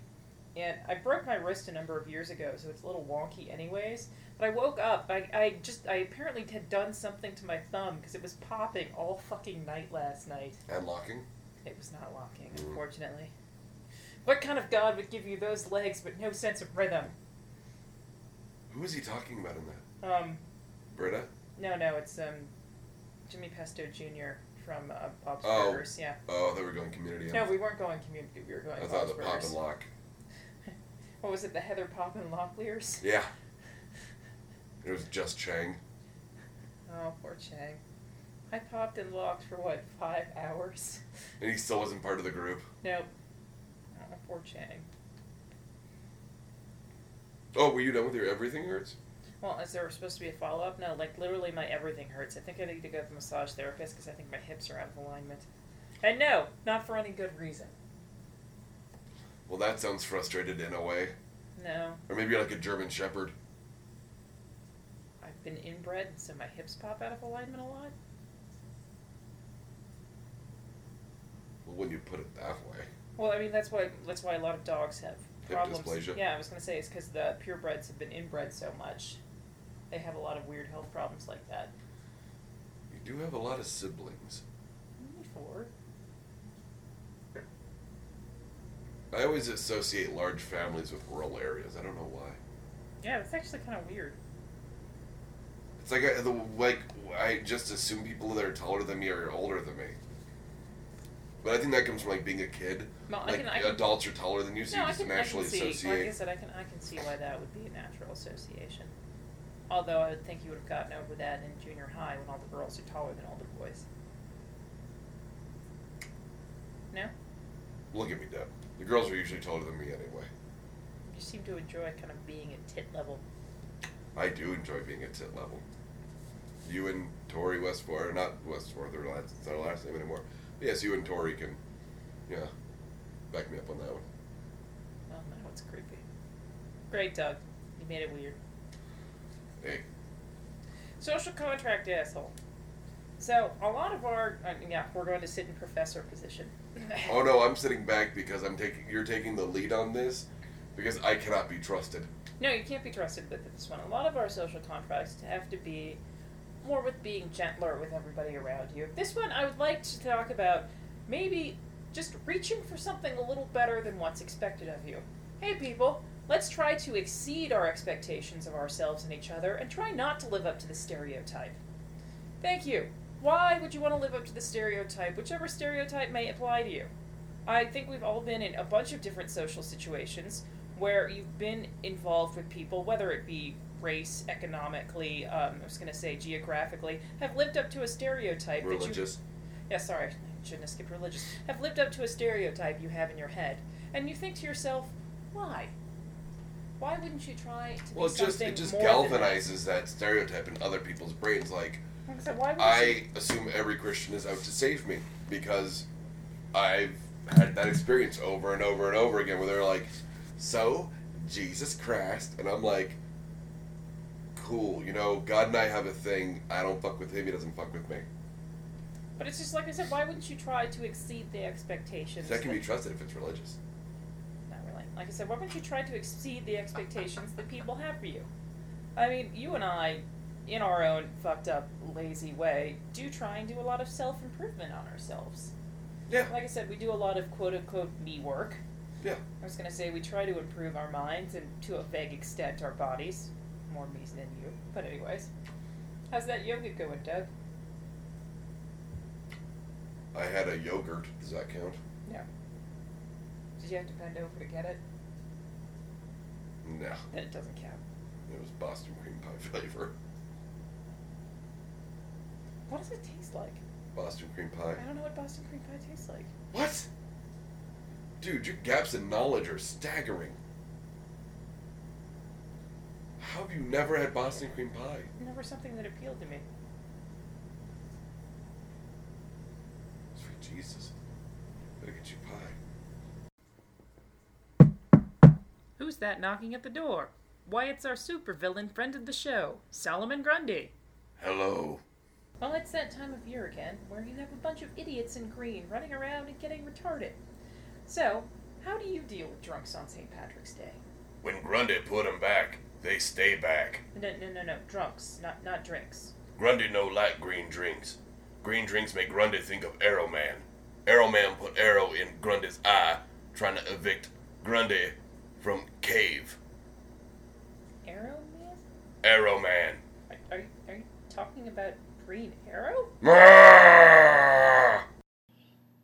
[SPEAKER 1] and I broke my wrist a number of years ago, so it's a little wonky, anyways. But I woke up, I, I just, I apparently had done something to my thumb because it was popping all fucking night last night.
[SPEAKER 2] And locking.
[SPEAKER 1] It was not locking,
[SPEAKER 2] Mm.
[SPEAKER 1] unfortunately. What kind of god would give you those legs but no sense of rhythm?
[SPEAKER 2] Who is he talking about in that?
[SPEAKER 1] Um,
[SPEAKER 2] Britta?
[SPEAKER 1] No, no, it's um, Jimmy Pesto Jr. from uh, Bob's
[SPEAKER 2] Oh.
[SPEAKER 1] Burgers. Yeah.
[SPEAKER 2] Oh, they were going community.
[SPEAKER 1] No, we weren't going community. We were going
[SPEAKER 2] I thought
[SPEAKER 1] Bob's
[SPEAKER 2] the pop
[SPEAKER 1] Burgers.
[SPEAKER 2] and lock.
[SPEAKER 1] What was it? The Heather Pop and Locklears.
[SPEAKER 2] Yeah. It was just Chang.
[SPEAKER 1] Oh, poor Chang. I popped and locked for what five hours.
[SPEAKER 2] And he still wasn't part of the group.
[SPEAKER 1] Nope. Oh, poor Chang.
[SPEAKER 2] Oh, were you done with your everything hurts?
[SPEAKER 1] Well, is there supposed to be a follow up? No, like literally, my everything hurts. I think I need to go to the massage therapist because I think my hips are out of alignment. And no, not for any good reason.
[SPEAKER 2] Well, that sounds frustrated in a way.
[SPEAKER 1] No,
[SPEAKER 2] Or maybe like a German Shepherd.
[SPEAKER 1] I've been inbred, and so my hips pop out of alignment a lot.
[SPEAKER 2] Well, when you put it that way.
[SPEAKER 1] Well, I mean that's why that's why a lot of dogs have
[SPEAKER 2] Hip
[SPEAKER 1] problems.
[SPEAKER 2] dysplasia.
[SPEAKER 1] Yeah, I was gonna say it's because the purebreds have been inbred so much, they have a lot of weird health problems like that.
[SPEAKER 2] You do have a lot of siblings.
[SPEAKER 1] Only four.
[SPEAKER 2] I always associate large families with rural areas. I don't know why.
[SPEAKER 1] Yeah, it's actually kind of weird.
[SPEAKER 2] It's like I, the, like I just assume people that are taller than me are older than me. But I think that comes from like being a kid.
[SPEAKER 1] Well, I
[SPEAKER 2] like
[SPEAKER 1] can- I can-
[SPEAKER 2] adults are taller than you, so
[SPEAKER 1] no,
[SPEAKER 2] you
[SPEAKER 1] I
[SPEAKER 2] just
[SPEAKER 1] can, I
[SPEAKER 2] naturally
[SPEAKER 1] can see. Like I
[SPEAKER 2] associate.
[SPEAKER 1] said, I can I can see why that would be a natural association. Although I would think you would have gotten over that in junior high when all the girls are taller than all the boys. No,
[SPEAKER 2] Look at me, Deb. The girls are usually taller than me anyway.
[SPEAKER 1] you seem to enjoy kind of being at tit level.
[SPEAKER 2] I do enjoy being at tit level. You and Tori Westmore, not Westmore, their last, it's not our last name anymore. But yes, you and Tori can, yeah, back me up on that one.
[SPEAKER 1] Oh no, it's creepy. Great, Doug. You made it weird.
[SPEAKER 2] Hey,
[SPEAKER 1] Social contract asshole. So a lot of our uh, yeah, we're going to sit in professor position.
[SPEAKER 2] oh no, I'm sitting back because I'm taking. You're taking the lead on this, because I cannot be trusted.
[SPEAKER 1] no, you can't be trusted with this one. A lot of our social contracts have to be more with being gentler with everybody around you. This one, I would like to talk about maybe just reaching for something a little better than what's expected of you. Hey, people, let's try to exceed our expectations of ourselves and each other and try not to live up to the stereotype. Thank you. Why would you want to live up to the stereotype, whichever stereotype may apply to you? I think we've all been in a bunch of different social situations where you've been involved with people, whether it be race, economically, um, I was going to say geographically, have lived up to a stereotype that you
[SPEAKER 2] Religious.
[SPEAKER 1] yeah, sorry, I shouldn't have skipped religious, have lived up to a stereotype you have in your head. And you think to yourself, why? Why wouldn't you try to
[SPEAKER 2] Well,
[SPEAKER 1] be
[SPEAKER 2] it just
[SPEAKER 1] something
[SPEAKER 2] it just
[SPEAKER 1] more than that?
[SPEAKER 2] galvanizes that stereotype in other people's brains. Like
[SPEAKER 1] Like I said, why would you-
[SPEAKER 2] I assume every Christian is out to save me because I've had that experience over and over and over again where they're like, "So Jesus Christ," and I'm like, "Cool, you know, God and I have a thing. I don't fuck with him. He doesn't fuck with me.
[SPEAKER 1] But it's just like I said, why wouldn't you try to exceed the expectations?
[SPEAKER 2] That can be trusted if it's religious."
[SPEAKER 1] Not really. Like I said, why wouldn't you try to exceed the expectations that people have for you? I mean, you and I, in our own fucked up, lazy way, do try and do a lot of self improvement on ourselves.
[SPEAKER 2] Yeah,
[SPEAKER 1] Like I said, we do a lot of quote unquote me work.
[SPEAKER 2] yeah.
[SPEAKER 1] I was going to say we try to improve our minds and to a vague extent our bodies. More me than you. But, anyways. How's that yoga going, Doug?
[SPEAKER 2] I had a yogurt. Does that count?
[SPEAKER 1] No. Did you have to bend over to get it?
[SPEAKER 2] No,
[SPEAKER 1] Then it doesn't count.
[SPEAKER 2] it was Boston cream pie flavor.
[SPEAKER 1] What does it taste like?
[SPEAKER 2] Boston cream
[SPEAKER 1] I
[SPEAKER 2] pie.
[SPEAKER 1] don't know what Boston cream pie tastes like.
[SPEAKER 2] What? Dude, your gaps in knowledge are staggering. How have you never had Boston cream pie?
[SPEAKER 1] Never something that appealed to me.
[SPEAKER 2] Sweet Jesus. Better get you pie.
[SPEAKER 1] Who's that knocking at the door? Why, it's our supervillain friend of the show, Solomon Grundy.
[SPEAKER 2] Hello.
[SPEAKER 1] Well, it's that time of year again where you have a bunch of idiots in green running around and getting retarded. So, how do you deal with drunks on St. Patrick's Day?
[SPEAKER 2] When Grundy put 'em back, they stay back.
[SPEAKER 1] No, no, no, no, drunks, not not drinks.
[SPEAKER 2] Grundy no like green drinks. Green drinks make Grundy think of Arrow Man. Arrow Man put arrow in Grundy's eye, trying to evict Grundy from cave.
[SPEAKER 1] Arrow man?
[SPEAKER 2] Arrow Man.
[SPEAKER 1] Are, are, you- are you talking about Green Arrow?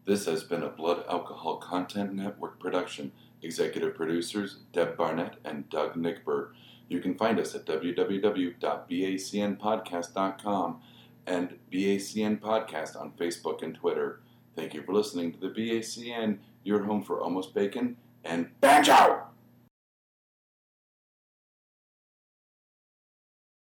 [SPEAKER 4] This has been a Blood Alcohol Content Network production. Executive producers Deb Barnett and Doug Nickberg. You can find us at www.bacnpodcast.com and BACN Podcast on Facebook and Twitter. Thank you for listening to the BACN, your home for almost bacon and banjo!